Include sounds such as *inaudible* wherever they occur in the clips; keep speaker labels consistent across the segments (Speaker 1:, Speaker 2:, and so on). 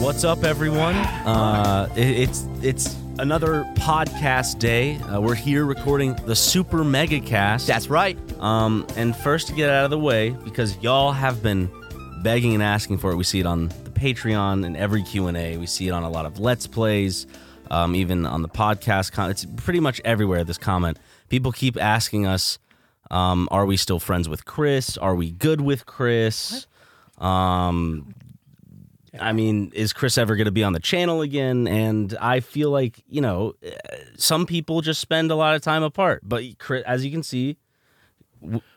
Speaker 1: What's up, everyone? Uh, it- it's it's another podcast day. Uh, we're here recording the Super Mega Cast.
Speaker 2: That's right.
Speaker 1: um, and first to get out of the way because y'all have been begging and asking for it. We see it on the Patreon and every Q and A. We see it on a lot of Let's Plays, um, even on the podcast. Con- it's pretty much everywhere. This comment, people keep asking us, um, "Are we still friends with Chris? Are we good with Chris?" Um, I mean, is Chris ever going to be on the channel again? And I feel like, you know, eh, some people just spend a lot of time apart. But Chris, as you can see,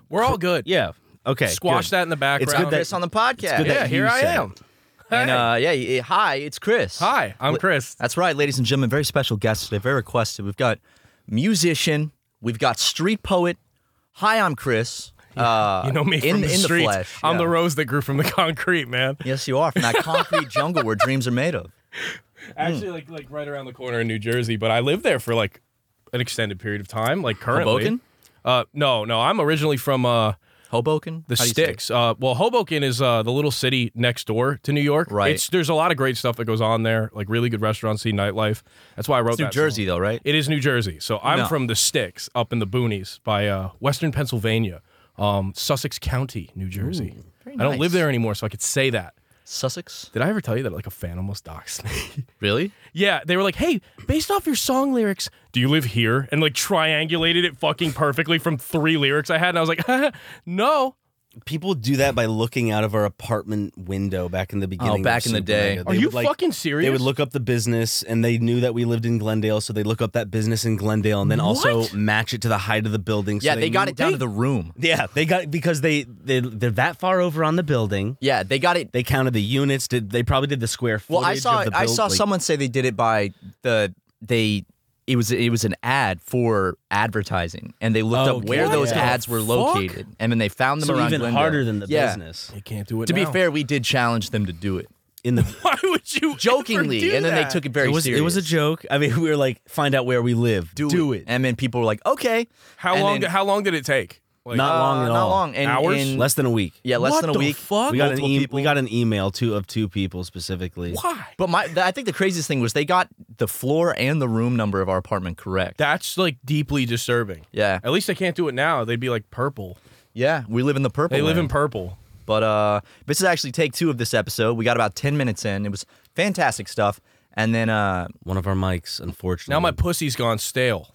Speaker 3: We're all good.
Speaker 1: yeah. Okay.
Speaker 3: Squash
Speaker 1: good.
Speaker 3: that in the background.
Speaker 1: It's good that
Speaker 2: Chris on the podcast.
Speaker 1: good that-
Speaker 3: yeah,
Speaker 1: you
Speaker 3: here I
Speaker 1: said
Speaker 3: am.
Speaker 2: And uh, yeah, y- hi, it's Chris.
Speaker 3: Hi, I'm
Speaker 2: Li-
Speaker 3: Chris.
Speaker 2: That's right, ladies and gentlemen. Very special guest today. Very requested. We've got musician. We've got street poet. Hi, I'm Chris. Uh,
Speaker 3: *laughs* You know me
Speaker 2: in,
Speaker 3: from the
Speaker 2: in
Speaker 3: streets.
Speaker 2: the flesh.
Speaker 3: I'm
Speaker 2: yeah.
Speaker 3: the rose that grew from the *laughs* concrete, man.
Speaker 2: Yes, you are from that
Speaker 3: *laughs*
Speaker 2: concrete jungle where dreams are made of. Mm.
Speaker 3: Actually, like like right around the corner in New Jersey, but I lived there for like an extended period of time. Like currently,
Speaker 2: Hoboken?
Speaker 3: Uh, no, no, I'm originally from uh
Speaker 2: Hoboken.
Speaker 3: the
Speaker 2: How do you say it?
Speaker 3: sticks. Uh, well, Hoboken is uh the little city next door to New York.
Speaker 2: Right.
Speaker 3: It's there's a lot of great stuff that goes on there. Like really good restaurants, see nightlife. That's why I wrote
Speaker 2: It's New
Speaker 3: that song.
Speaker 2: Jersey, though, right?
Speaker 3: It is New Jersey. So I'm
Speaker 2: No.
Speaker 3: from the sticks up in the boonies by uh, Western Pennsylvania, um, Sussex County, New Jersey.
Speaker 2: very
Speaker 3: I don't live
Speaker 2: nice.
Speaker 3: there anymore, so I could say that.
Speaker 2: Sussex.
Speaker 3: Did I ever tell you that like a fan almost doxed me?
Speaker 2: Really?
Speaker 3: yeah, they were like, "Hey, based off your song lyrics, do you live here?" And like triangulated it fucking perfectly from three lyrics I had, and I was like, *laughs* "No,
Speaker 1: People do that by looking out of our apartment window Oh, back in the beginning. of
Speaker 2: back in the
Speaker 1: Super
Speaker 2: day.
Speaker 1: Mega.
Speaker 3: are
Speaker 1: They
Speaker 3: you
Speaker 1: would, like-
Speaker 3: fucking serious?"
Speaker 1: They would look up the business, and they knew that we lived in Glendale, so they look up that business in Glendale, and then also
Speaker 3: What?
Speaker 1: match it to the height of the building. so
Speaker 2: Yeah, they, got
Speaker 1: knew-
Speaker 2: it down to the room.
Speaker 1: *laughs* Yeah, they got because they they they're that far over on the building.
Speaker 2: Yeah, they got it.
Speaker 1: They counted the units. Did they probably did the square footage?
Speaker 2: Well, I saw
Speaker 1: Of the
Speaker 2: I
Speaker 1: build-
Speaker 2: saw
Speaker 1: like-
Speaker 2: someone say they did it by the they it was it was an ad for advertising and they looked up
Speaker 1: Okay.
Speaker 2: where
Speaker 1: What
Speaker 2: those
Speaker 1: the
Speaker 2: ads were
Speaker 3: fuck?
Speaker 2: located and then they found them
Speaker 1: So
Speaker 2: around
Speaker 1: even
Speaker 2: Glendale.
Speaker 1: harder than the
Speaker 2: yeah.
Speaker 1: business
Speaker 3: You can't do it.
Speaker 2: To be
Speaker 3: now.
Speaker 2: fair, we did challenge them to do it
Speaker 1: in *laughs* the
Speaker 3: *laughs* why would you ever do
Speaker 2: jokingly, and then
Speaker 3: that?
Speaker 2: they took it very
Speaker 1: it was
Speaker 2: serious.
Speaker 1: it was a joke. I mean, we were like, find out where we live.
Speaker 2: do, it. and then people were like, "Okay."
Speaker 3: How
Speaker 2: And
Speaker 3: long?
Speaker 2: then-
Speaker 3: how long did it take? Like,
Speaker 1: Not
Speaker 2: uh,
Speaker 1: long at
Speaker 2: not
Speaker 1: all.
Speaker 2: long. And,
Speaker 3: Hours?
Speaker 2: and-
Speaker 1: Less than a week.
Speaker 2: yeah, less
Speaker 3: What
Speaker 2: than a
Speaker 3: the
Speaker 2: week.
Speaker 3: fuck?
Speaker 1: We got an
Speaker 2: multiple
Speaker 1: e-
Speaker 2: people.
Speaker 1: we got an email two of two people specifically.
Speaker 3: why?
Speaker 2: But my, the, I think the craziest thing was they got the floor and the room number of our apartment correct.
Speaker 3: That's like deeply disturbing.
Speaker 2: yeah,
Speaker 3: At least I can't do it now. They'd be like purple.
Speaker 2: yeah. We live in the purple.
Speaker 3: They live
Speaker 2: land.
Speaker 3: in purple.
Speaker 2: But uh, this is actually take two of this episode. We got about ten minutes in. It was fantastic stuff. And then uh,
Speaker 1: One of our mics, unfortunately.
Speaker 3: Now my pussy's gone stale.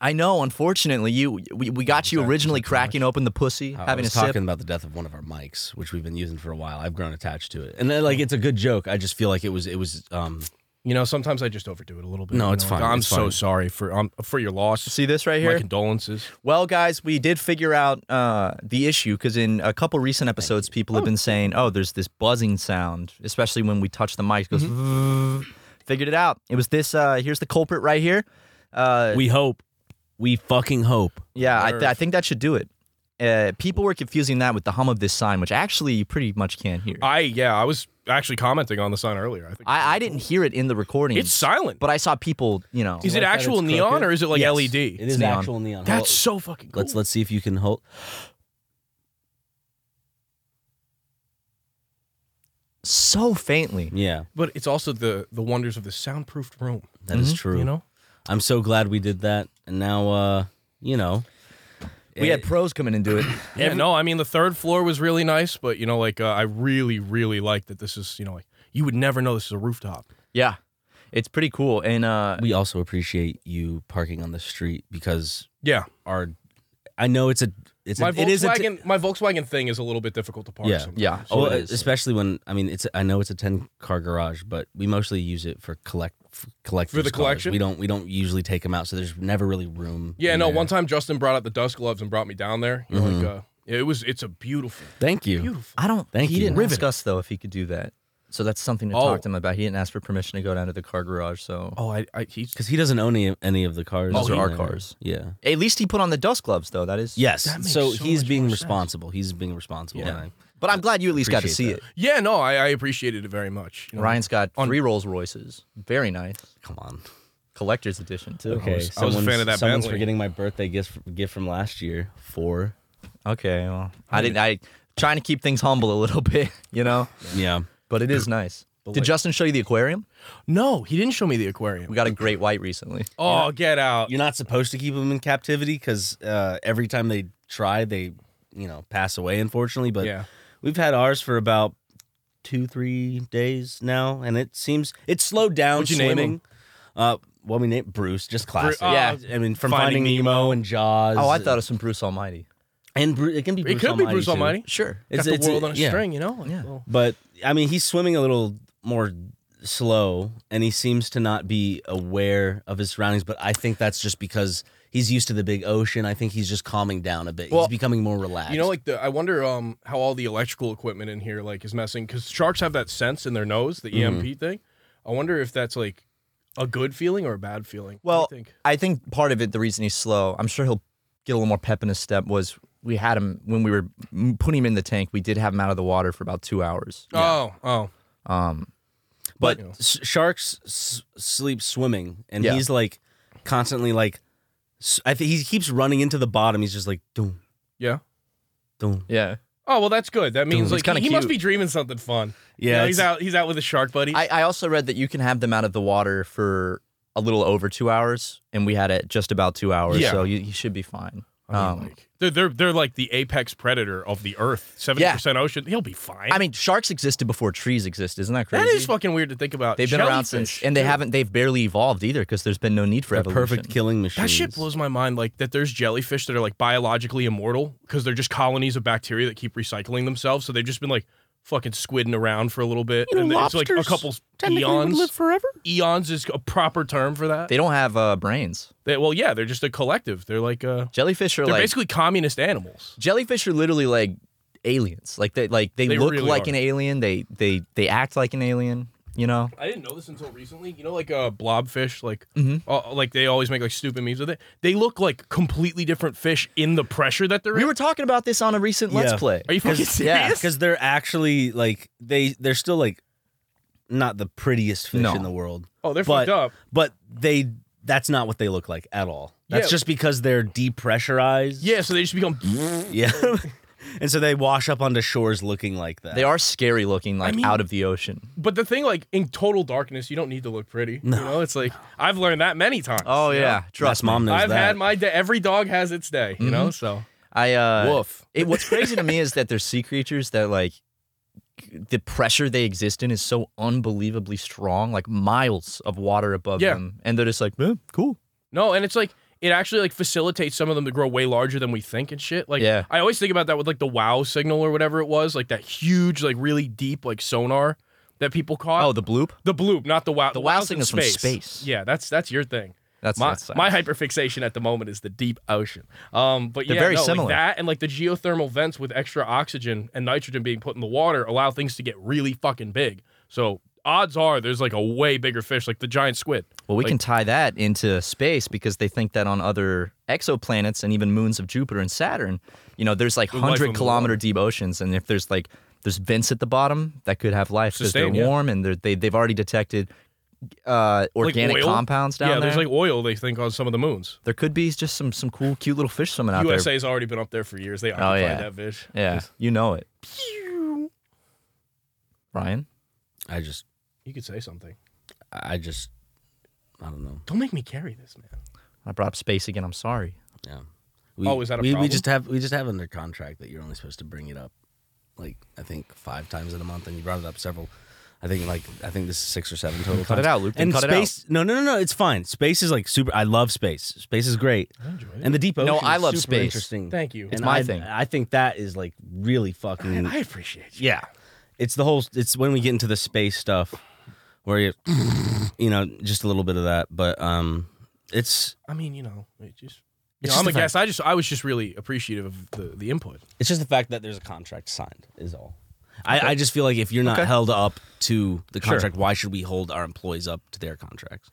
Speaker 2: I know, unfortunately, you we, we got you originally cracking open the pussy,
Speaker 1: Oh, I
Speaker 2: having a
Speaker 1: was
Speaker 2: sip.
Speaker 1: talking about the death of one of our mics, which we've been using for a while. I've grown attached to it, and then, like it's a good joke. I just feel like it was it was. um
Speaker 3: You know, sometimes I just overdo it a little bit.
Speaker 1: No,
Speaker 3: you
Speaker 1: it's
Speaker 3: know,
Speaker 1: fine,
Speaker 3: I'm
Speaker 1: it's
Speaker 3: so
Speaker 1: fine.
Speaker 3: sorry for um, for your loss.
Speaker 2: See this right
Speaker 3: my
Speaker 2: here?
Speaker 3: condolences.
Speaker 2: Well, guys, we did figure out uh, the issue because in a couple recent episodes, "Oh,
Speaker 1: Mm-hmm.
Speaker 2: people have been saying, "Oh, there's this buzzing sound, especially when we touch the mic." It goes. Figured it out. It was this. Uh, here's the culprit right here. Uh,
Speaker 1: We hope. We fucking hope.
Speaker 2: yeah, I,
Speaker 3: Nerve.
Speaker 2: th- I think that should do it. Uh, people were confusing that with the hum of this sign, which actually you pretty much can't hear. I,
Speaker 3: I yeah, I was actually commenting on the sign earlier. I think
Speaker 2: I, didn't hear it in the recording.
Speaker 3: it's silent.
Speaker 2: but I saw people, you know.
Speaker 3: is
Speaker 1: like
Speaker 3: it
Speaker 1: that
Speaker 3: actual
Speaker 1: it's
Speaker 3: neon
Speaker 1: crooked?
Speaker 3: or is it like
Speaker 2: Yes.
Speaker 3: LED?
Speaker 1: It is
Speaker 2: E neon.
Speaker 1: actual neon.
Speaker 3: That's so fucking cool.
Speaker 1: let's let's see if you can hold.
Speaker 2: so faintly.
Speaker 1: Yeah,
Speaker 3: but it's also the the wonders of the soundproofed room.
Speaker 1: that is
Speaker 2: Mm-hmm.
Speaker 1: true.
Speaker 3: You know,
Speaker 1: I'm so glad we did that. And now, uh, you know, eh,
Speaker 2: We had pros come in and
Speaker 1: *coughs*
Speaker 2: do it.
Speaker 3: yeah. no, I mean the third floor was really nice, but you know, like uh, I really, really like that. This is you know, like you would never know this is a rooftop.
Speaker 2: yeah, it's pretty cool. And uh,
Speaker 1: we also appreciate you parking on the street because
Speaker 3: Yeah,
Speaker 1: our. I know it's a. It's
Speaker 3: my
Speaker 1: a, it is a. t-
Speaker 3: Volkswagen, my Volkswagen thing is a little bit difficult to park.
Speaker 1: Yeah. Oh,
Speaker 3: sometimes.
Speaker 2: yeah,
Speaker 1: well,
Speaker 2: it is.
Speaker 1: especially when I mean it's. I know it's a ten car garage, but we mostly use it for collect for collectors
Speaker 3: the
Speaker 1: cars.
Speaker 3: collection?
Speaker 1: We don't. We don't usually take them out, so there's never really room.
Speaker 3: Yeah,
Speaker 1: in
Speaker 3: no.
Speaker 1: there.
Speaker 3: One time, Justin brought out the dust gloves and brought me down there. You know, like, uh, it was. It's a beautiful,
Speaker 1: Thank you.
Speaker 3: beautiful.
Speaker 2: I don't.
Speaker 1: Thank
Speaker 2: he
Speaker 1: you.
Speaker 2: didn't ask
Speaker 1: Riveting.
Speaker 2: us though if he could do that. So that's something to
Speaker 3: Oh.
Speaker 2: talk to him about. He didn't ask for permission to go down to the car garage. So
Speaker 3: Oh, I, I he's
Speaker 1: Because he doesn't own any, any of the cars.
Speaker 2: Those
Speaker 1: in
Speaker 2: are our
Speaker 1: there.
Speaker 2: cars.
Speaker 1: Yeah.
Speaker 2: at least he put on the dust gloves though. That is
Speaker 1: Yes.
Speaker 3: That makes
Speaker 1: so,
Speaker 3: so
Speaker 1: he's
Speaker 3: much
Speaker 1: being
Speaker 3: more sense.
Speaker 1: responsible. He's being responsible.
Speaker 2: Yeah.
Speaker 1: and I-
Speaker 2: But I'm glad you at least got to
Speaker 1: Appreciate
Speaker 2: see
Speaker 1: that.
Speaker 2: it.
Speaker 3: yeah. No, I, I appreciated it very much. You know,
Speaker 2: Ryan's got
Speaker 3: On-
Speaker 2: three Rolls Royces. Very nice.
Speaker 1: come on.
Speaker 2: Collector's edition too.
Speaker 1: Okay.
Speaker 3: was- I was a fan
Speaker 1: someone's-
Speaker 3: of that
Speaker 1: Someone's
Speaker 3: Bentley.
Speaker 1: forgetting my birthday gift gift from last year. Four.
Speaker 2: Okay. Well, I didn't. I trying to keep things humble a little *laughs* bit, you know.
Speaker 1: Yeah.
Speaker 2: But it is nice. Did
Speaker 3: like-
Speaker 2: Justin show you the aquarium?
Speaker 3: No, he didn't show me the aquarium.
Speaker 2: We got a great white recently.
Speaker 3: Oh, get out.
Speaker 1: You're not supposed to keep them in captivity because uh, every time they try, they you know pass away. Unfortunately, but
Speaker 3: Yeah.
Speaker 1: we've had ours for about two, three days now, and it seems it slowed down
Speaker 3: What'd you name
Speaker 1: swimming. uh, well, we named Bruce, just classic.
Speaker 3: oh,
Speaker 2: Yeah.
Speaker 1: I mean, from
Speaker 3: Finding
Speaker 1: Finding, Nemo, and Jaws.
Speaker 2: Oh, I thought it was some Bruce Almighty.
Speaker 1: and Bru- it can be.
Speaker 3: It
Speaker 1: Bruce
Speaker 3: could
Speaker 1: Almighty
Speaker 3: be Bruce
Speaker 1: too.
Speaker 3: Almighty.
Speaker 2: Sure.
Speaker 3: Got
Speaker 1: It's-
Speaker 3: the
Speaker 1: it's-
Speaker 3: world on a
Speaker 1: yeah.
Speaker 3: string, you know. like, well,
Speaker 1: But I mean, he's swimming a little more slow, and he seems to not be aware of his surroundings. But I think that's just because he's used to the big ocean. I think he's just calming down a bit.
Speaker 2: Well,
Speaker 1: he's becoming more relaxed.
Speaker 3: You know, like the I wonder um how all the electrical equipment in here like is messing because sharks have that sense in their nose, the
Speaker 2: Mm-hmm.
Speaker 3: EMP thing. I wonder if that's like a good feeling or a bad feeling. What do you
Speaker 2: Well,
Speaker 3: think?
Speaker 2: I think part of it, the reason he's slow, I'm sure he'll get a little more pep in his step, was we had him when we were m- putting him in the tank, we did have him out of the water for about two hours.
Speaker 3: Oh, oh,
Speaker 2: Um,
Speaker 1: but
Speaker 3: you know.
Speaker 1: s- sharks s- sleep swimming, and
Speaker 2: Yeah.
Speaker 1: he's like constantly like. s- I think he keeps running into the bottom. He's just like doom,
Speaker 3: yeah.
Speaker 1: doom.
Speaker 2: yeah.
Speaker 3: Oh well, that's good. That means
Speaker 2: Dude, it's
Speaker 3: like
Speaker 2: kinda
Speaker 3: he, he must be
Speaker 2: cute.
Speaker 3: dreaming something fun. You
Speaker 1: Yeah,
Speaker 3: know, he's
Speaker 1: it's-
Speaker 3: out. He's out with his shark buddies.
Speaker 2: I, I also read that you can have them out of the water for a little over two hours, and we had it just about two hours,
Speaker 3: Yeah.
Speaker 2: so you, you should be fine.
Speaker 3: I mean,
Speaker 2: Um,
Speaker 3: like, they're they're they're like the apex predator of the earth. Seventy percent ocean. He'll be fine.
Speaker 2: I mean, sharks existed before trees existed. Isn't that crazy?
Speaker 3: that is fucking weird to think about.
Speaker 2: They've been around
Speaker 3: Jellyfish,
Speaker 2: since, and they
Speaker 3: dude.
Speaker 2: haven't. They've barely evolved either, because there's been no need for
Speaker 1: A
Speaker 2: evolution.
Speaker 1: perfect killing machine.
Speaker 3: That shit blows my mind. Like that, there's jellyfish that are like biologically immortal because they're just colonies of bacteria that keep recycling themselves. So they've just been like fucking squidding around for a little bit, and then it's like a couple eons.
Speaker 1: forever.
Speaker 3: eons is a proper term for that.
Speaker 2: They don't have uh, brains.
Speaker 3: They- well, yeah, they're just a collective. They're like uh,
Speaker 2: Jellyfish are
Speaker 3: they're
Speaker 2: like
Speaker 3: basically communist animals.
Speaker 2: jellyfish are literally like aliens. Like they like they,
Speaker 3: They
Speaker 2: look
Speaker 3: really
Speaker 2: like
Speaker 3: are.
Speaker 2: an alien. They they they act like an alien. You know.
Speaker 3: I didn't know this until recently. You know, like uh, blobfish, like
Speaker 2: Mm-hmm.
Speaker 3: uh, like they always make like stupid memes with it. They look like completely different fish in the pressure that they're
Speaker 2: We
Speaker 3: in.
Speaker 2: were talking about this on a recent Let's
Speaker 1: Yeah.
Speaker 2: Play.
Speaker 3: Are you fucking
Speaker 2: *laughs* yeah,
Speaker 3: serious?
Speaker 1: because they're actually like they they're still like not the prettiest fish
Speaker 2: No.
Speaker 1: in the world.
Speaker 3: Oh, they're
Speaker 1: but,
Speaker 3: fucked up.
Speaker 1: But they that's not what they look like at all. That's
Speaker 3: Yeah.
Speaker 1: just because they're depressurized.
Speaker 3: Yeah, so they just become.
Speaker 1: *laughs* yeah. and so they wash up onto shores looking like that.
Speaker 2: They are scary looking, like
Speaker 3: mean-
Speaker 2: out of the ocean.
Speaker 3: But the thing, like in total darkness, you don't need to look pretty. You know, it's like I've learned that many times.
Speaker 2: Oh yeah,
Speaker 1: Trust
Speaker 2: trust
Speaker 1: mom knows
Speaker 3: I've
Speaker 1: that.
Speaker 3: had my day. Every dog has its day. You
Speaker 2: Mm-hmm.
Speaker 3: know, so
Speaker 2: I uh,
Speaker 3: Woof.
Speaker 2: It, what's crazy to me is that there's sea creatures that like the pressure they exist in is so unbelievably strong, like miles of water above
Speaker 3: Yeah.
Speaker 2: them, and they're just like, eh, cool.
Speaker 3: no, and it's like it actually like facilitates some of them to grow way larger than we think and shit. Like
Speaker 2: Yeah.
Speaker 3: I always think about that with like the wow signal or whatever it was, like that huge, like really deep, like sonar that people caught.
Speaker 2: Oh, the bloop.
Speaker 3: The bloop, not the wow. The,
Speaker 2: wow
Speaker 3: wow's in
Speaker 2: signal's from space.
Speaker 3: Yeah, that's that's your thing.
Speaker 2: That's
Speaker 3: my
Speaker 2: that's-
Speaker 3: my hyperfixation at the moment is the deep ocean. Um, but
Speaker 2: They're
Speaker 3: yeah,
Speaker 2: very
Speaker 3: no, like
Speaker 2: similar.
Speaker 3: that and like the geothermal vents with extra oxygen and nitrogen being put in the water allow things to get really fucking big. So odds are there's like a way bigger fish, like the giant squid.
Speaker 2: Well, we
Speaker 3: Like-
Speaker 2: can tie that into space because they think that on other exoplanets and even moons of Jupiter and Saturn, you know, there's like
Speaker 3: There's life on
Speaker 2: hundred
Speaker 3: the
Speaker 2: kilometer deep oceans, and if there's like there's vents at the bottom that could have life because they're
Speaker 3: Sustained, yeah.
Speaker 2: warm and they're, they they've already detected uh, organic
Speaker 3: oil?
Speaker 2: compounds down
Speaker 3: yeah,
Speaker 2: there.
Speaker 3: there's like oil they think on some of the moons.
Speaker 2: there could be just some some cool, cute little fish swimming out there.
Speaker 3: USA's already been up there for years. They occupied
Speaker 2: Oh, yeah.
Speaker 3: that fish.
Speaker 2: Yeah, you know it, Ryan.
Speaker 1: I just,
Speaker 3: You could say something.
Speaker 1: I just, I don't know.
Speaker 3: Don't make me carry this, man.
Speaker 2: I brought up space again. I'm sorry.
Speaker 1: Yeah. We,
Speaker 3: Oh, is that a
Speaker 1: we,
Speaker 3: problem?
Speaker 1: We just have we just have under contract that you're only supposed to bring it up, like I think five times in a month, and you brought it up several. I think like I think this is six or seven total.
Speaker 2: Cut it
Speaker 1: times.
Speaker 2: out, Luke. Then
Speaker 1: And
Speaker 2: cut it out.
Speaker 1: space? No, no, no, no. It's fine. Space is like super. I love space. Space is great. I enjoy it. And the deep ocean.
Speaker 2: No, I
Speaker 1: is
Speaker 2: love
Speaker 1: super
Speaker 2: space.
Speaker 1: Interesting.
Speaker 3: Thank you.
Speaker 1: It's
Speaker 2: my
Speaker 1: I,
Speaker 2: thing.
Speaker 1: I think that is like really fucking.
Speaker 3: I appreciate you.
Speaker 1: yeah, it's the whole. It's when we get into the space stuff, where you, *clears throat* you know, just a little bit of that. But um, it's
Speaker 3: I mean, you know, it just. You
Speaker 1: It's just
Speaker 3: know, I'm a
Speaker 1: the fact-
Speaker 3: guest. I just I was just really appreciative of the, the input.
Speaker 1: It's just the fact that there's a contract signed is all. I, I just feel like if you're not
Speaker 2: Okay.
Speaker 1: held up to the
Speaker 2: Sure.
Speaker 1: contract, why should we hold our employees up to their contracts?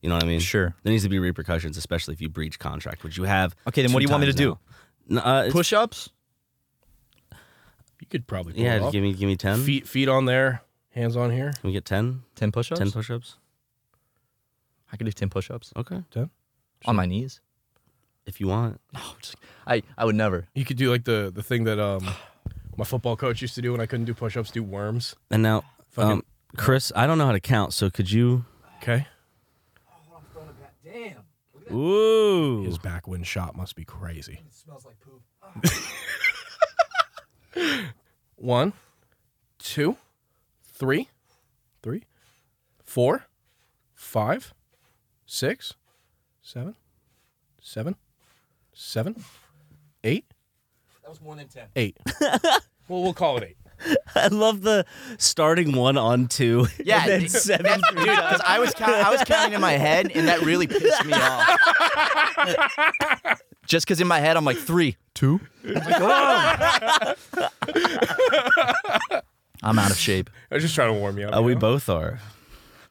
Speaker 1: You know what I mean?
Speaker 2: Sure.
Speaker 1: There needs to be repercussions, especially if you breach contract, which you have.
Speaker 2: Okay, then what
Speaker 1: two
Speaker 2: do you want me
Speaker 1: times
Speaker 2: to
Speaker 1: now. N- uh, it's-
Speaker 2: Push ups.
Speaker 3: You could probably pull it
Speaker 1: Yeah,
Speaker 3: off.
Speaker 1: give me give me ten.
Speaker 3: feet feet on there, hands on here.
Speaker 1: Can we get 10?
Speaker 2: Ten push ups.
Speaker 1: 10 push-ups.
Speaker 2: I could do ten push ups
Speaker 1: Okay,
Speaker 2: on my knees.
Speaker 1: if you want.
Speaker 2: I, I would never.
Speaker 3: You could do like the the thing that um my football coach used to do when I couldn't do push ups, do worms.
Speaker 1: And now,
Speaker 3: Fucking-
Speaker 1: um, Chris, I don't know how to count, so could you?
Speaker 3: Okay.
Speaker 1: Ooh,
Speaker 3: His back wind shot must be crazy. It smells like poop. *laughs* One, two, three, three, four, five, six, seven, seven, seven, eight. That was more than *laughs* ten. Eight. well, we'll call it eight.
Speaker 1: *laughs* I love the starting one on two. *laughs*
Speaker 2: Yeah,
Speaker 1: and then
Speaker 2: dude.
Speaker 1: seven through
Speaker 2: Dude, because I was count- I was counting in my head, and that really pissed me off. *laughs* Just because in my head I'm like three, two. *laughs* I'm out of shape.
Speaker 3: I was just trying to warm you up.
Speaker 1: Uh,
Speaker 3: you
Speaker 1: we
Speaker 3: know?
Speaker 1: both are.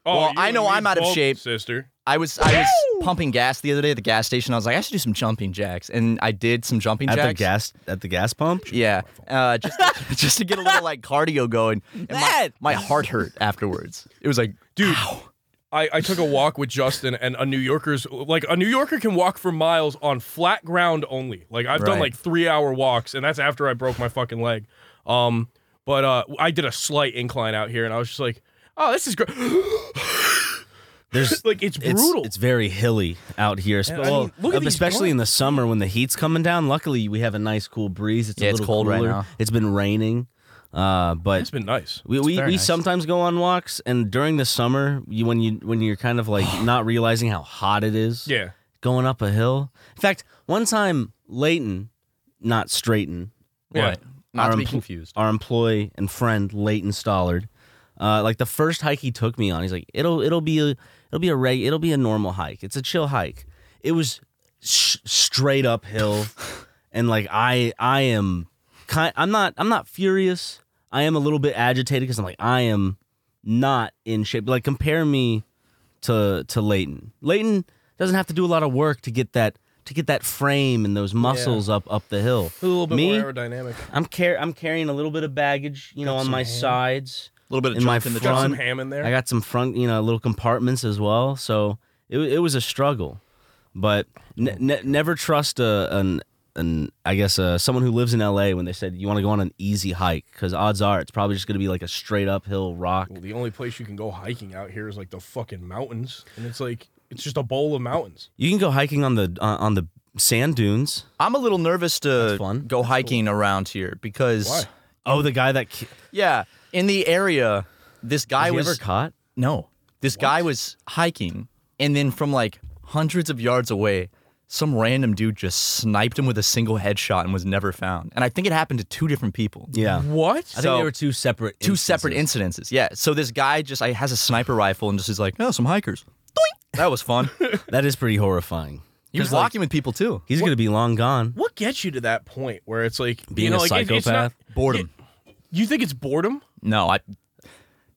Speaker 3: Oh,
Speaker 2: well,
Speaker 3: you
Speaker 2: I know
Speaker 3: and me
Speaker 2: I'm out of
Speaker 3: both,
Speaker 2: shape.
Speaker 3: sister.
Speaker 2: I was I was pumping gas the other day at the gas station. I was like, I should do some jumping jacks, and I did some jumping
Speaker 1: At
Speaker 2: jacks.
Speaker 1: the gas at the gas pump.
Speaker 2: Yeah, uh, just just to *laughs* get a little like cardio going. And my, my heart hurt afterwards. It was like,
Speaker 3: dude. I, I took a walk with Justin and a New Yorker's like a New Yorker can walk for miles on flat ground only. Like I've done
Speaker 2: Right.
Speaker 3: like three hour walks and that's after I broke my fucking leg. Um, but uh, I did a slight incline out here and I was just like, oh, this *gasps* is great.
Speaker 1: There's
Speaker 3: *laughs* like it's
Speaker 1: it's,
Speaker 3: brutal.
Speaker 1: It's very hilly out here, spe-
Speaker 3: Yeah, I mean,
Speaker 1: well, uh,
Speaker 3: look at these
Speaker 1: especially in the summer when the heat's coming down. Luckily, we have a nice cool breeze. It's
Speaker 2: Yeah,
Speaker 1: a
Speaker 2: it's
Speaker 1: little
Speaker 2: cold right
Speaker 1: cooler.
Speaker 2: now.
Speaker 1: It's been raining, uh,
Speaker 3: it's
Speaker 1: but
Speaker 3: been nice.
Speaker 1: we, we,
Speaker 2: very
Speaker 1: we
Speaker 2: nice.
Speaker 1: sometimes go on walks. And during the summer, you when you when you're kind of like
Speaker 2: *sighs*
Speaker 1: not realizing how hot it is,
Speaker 3: Yeah.
Speaker 1: going up a hill. In fact, one time Leighton, not Straighton,
Speaker 3: Yeah.
Speaker 2: right, not to
Speaker 1: Our
Speaker 2: be
Speaker 1: empl-
Speaker 2: confused.
Speaker 1: our employee and friend Leighton Stollard. Uh, like the first hike he took me on, he's like, "It'll it'll be a it'll be a reg it'll be a normal hike. It's a chill hike." It was sh- straight
Speaker 3: *laughs*
Speaker 1: uphill, and like I I am kind I'm not I'm not furious. I am a little bit agitated because I'm like I am not in shape. Like compare me to to Leighton. Leighton doesn't have to do a lot of work to get that to get that frame and those muscles up up the hill.
Speaker 3: A little bit
Speaker 1: me,
Speaker 3: more aerodynamic.
Speaker 1: I'm car- I'm carrying a little bit of baggage, you know, on my sides.
Speaker 2: A little bit of
Speaker 1: in my
Speaker 2: junk in the
Speaker 3: Got
Speaker 1: front.
Speaker 3: some ham in there.
Speaker 1: I got some front, you know, little compartments as well. So it it was a struggle, but
Speaker 3: Oh,
Speaker 1: ne- ne- never trust a an an I guess uh, someone who lives in L.A. when they said you want to go on an easy hike because odds are it's probably just going to be like a straight uphill rock.
Speaker 3: well, the only place you can go hiking out here is like the fucking mountains. And it's like it's just a bowl of mountains.
Speaker 1: You can go hiking on the uh, on the sand dunes.
Speaker 2: I'm a little nervous to
Speaker 1: That's fun.
Speaker 2: go hiking around here because
Speaker 3: Why?
Speaker 1: Oh, the guy that ki-
Speaker 2: yeah, in the area, this guy
Speaker 1: was he
Speaker 2: was
Speaker 1: ever caught.
Speaker 2: no, this guy was hiking, and then from like hundreds of yards away, some random dude just sniped him with a single headshot and was never found. And I think it happened to two different people.
Speaker 1: Yeah,
Speaker 3: What?
Speaker 1: I think
Speaker 2: So-
Speaker 1: they were two separate
Speaker 2: Two separate
Speaker 1: instances.
Speaker 2: incidences. Yeah. So this guy just I, has a sniper rifle and just is like, oh, some hikers. Doink. That was *laughs* fun.
Speaker 1: That is pretty horrifying.
Speaker 2: He was walking with people too.
Speaker 1: He's going to be long gone.
Speaker 3: what gets you to that point where it's like
Speaker 1: Being
Speaker 3: you know,
Speaker 1: a
Speaker 3: like, it- it's not-
Speaker 1: psychopath?
Speaker 2: Boredom.
Speaker 3: You think it's boredom?
Speaker 2: No, I.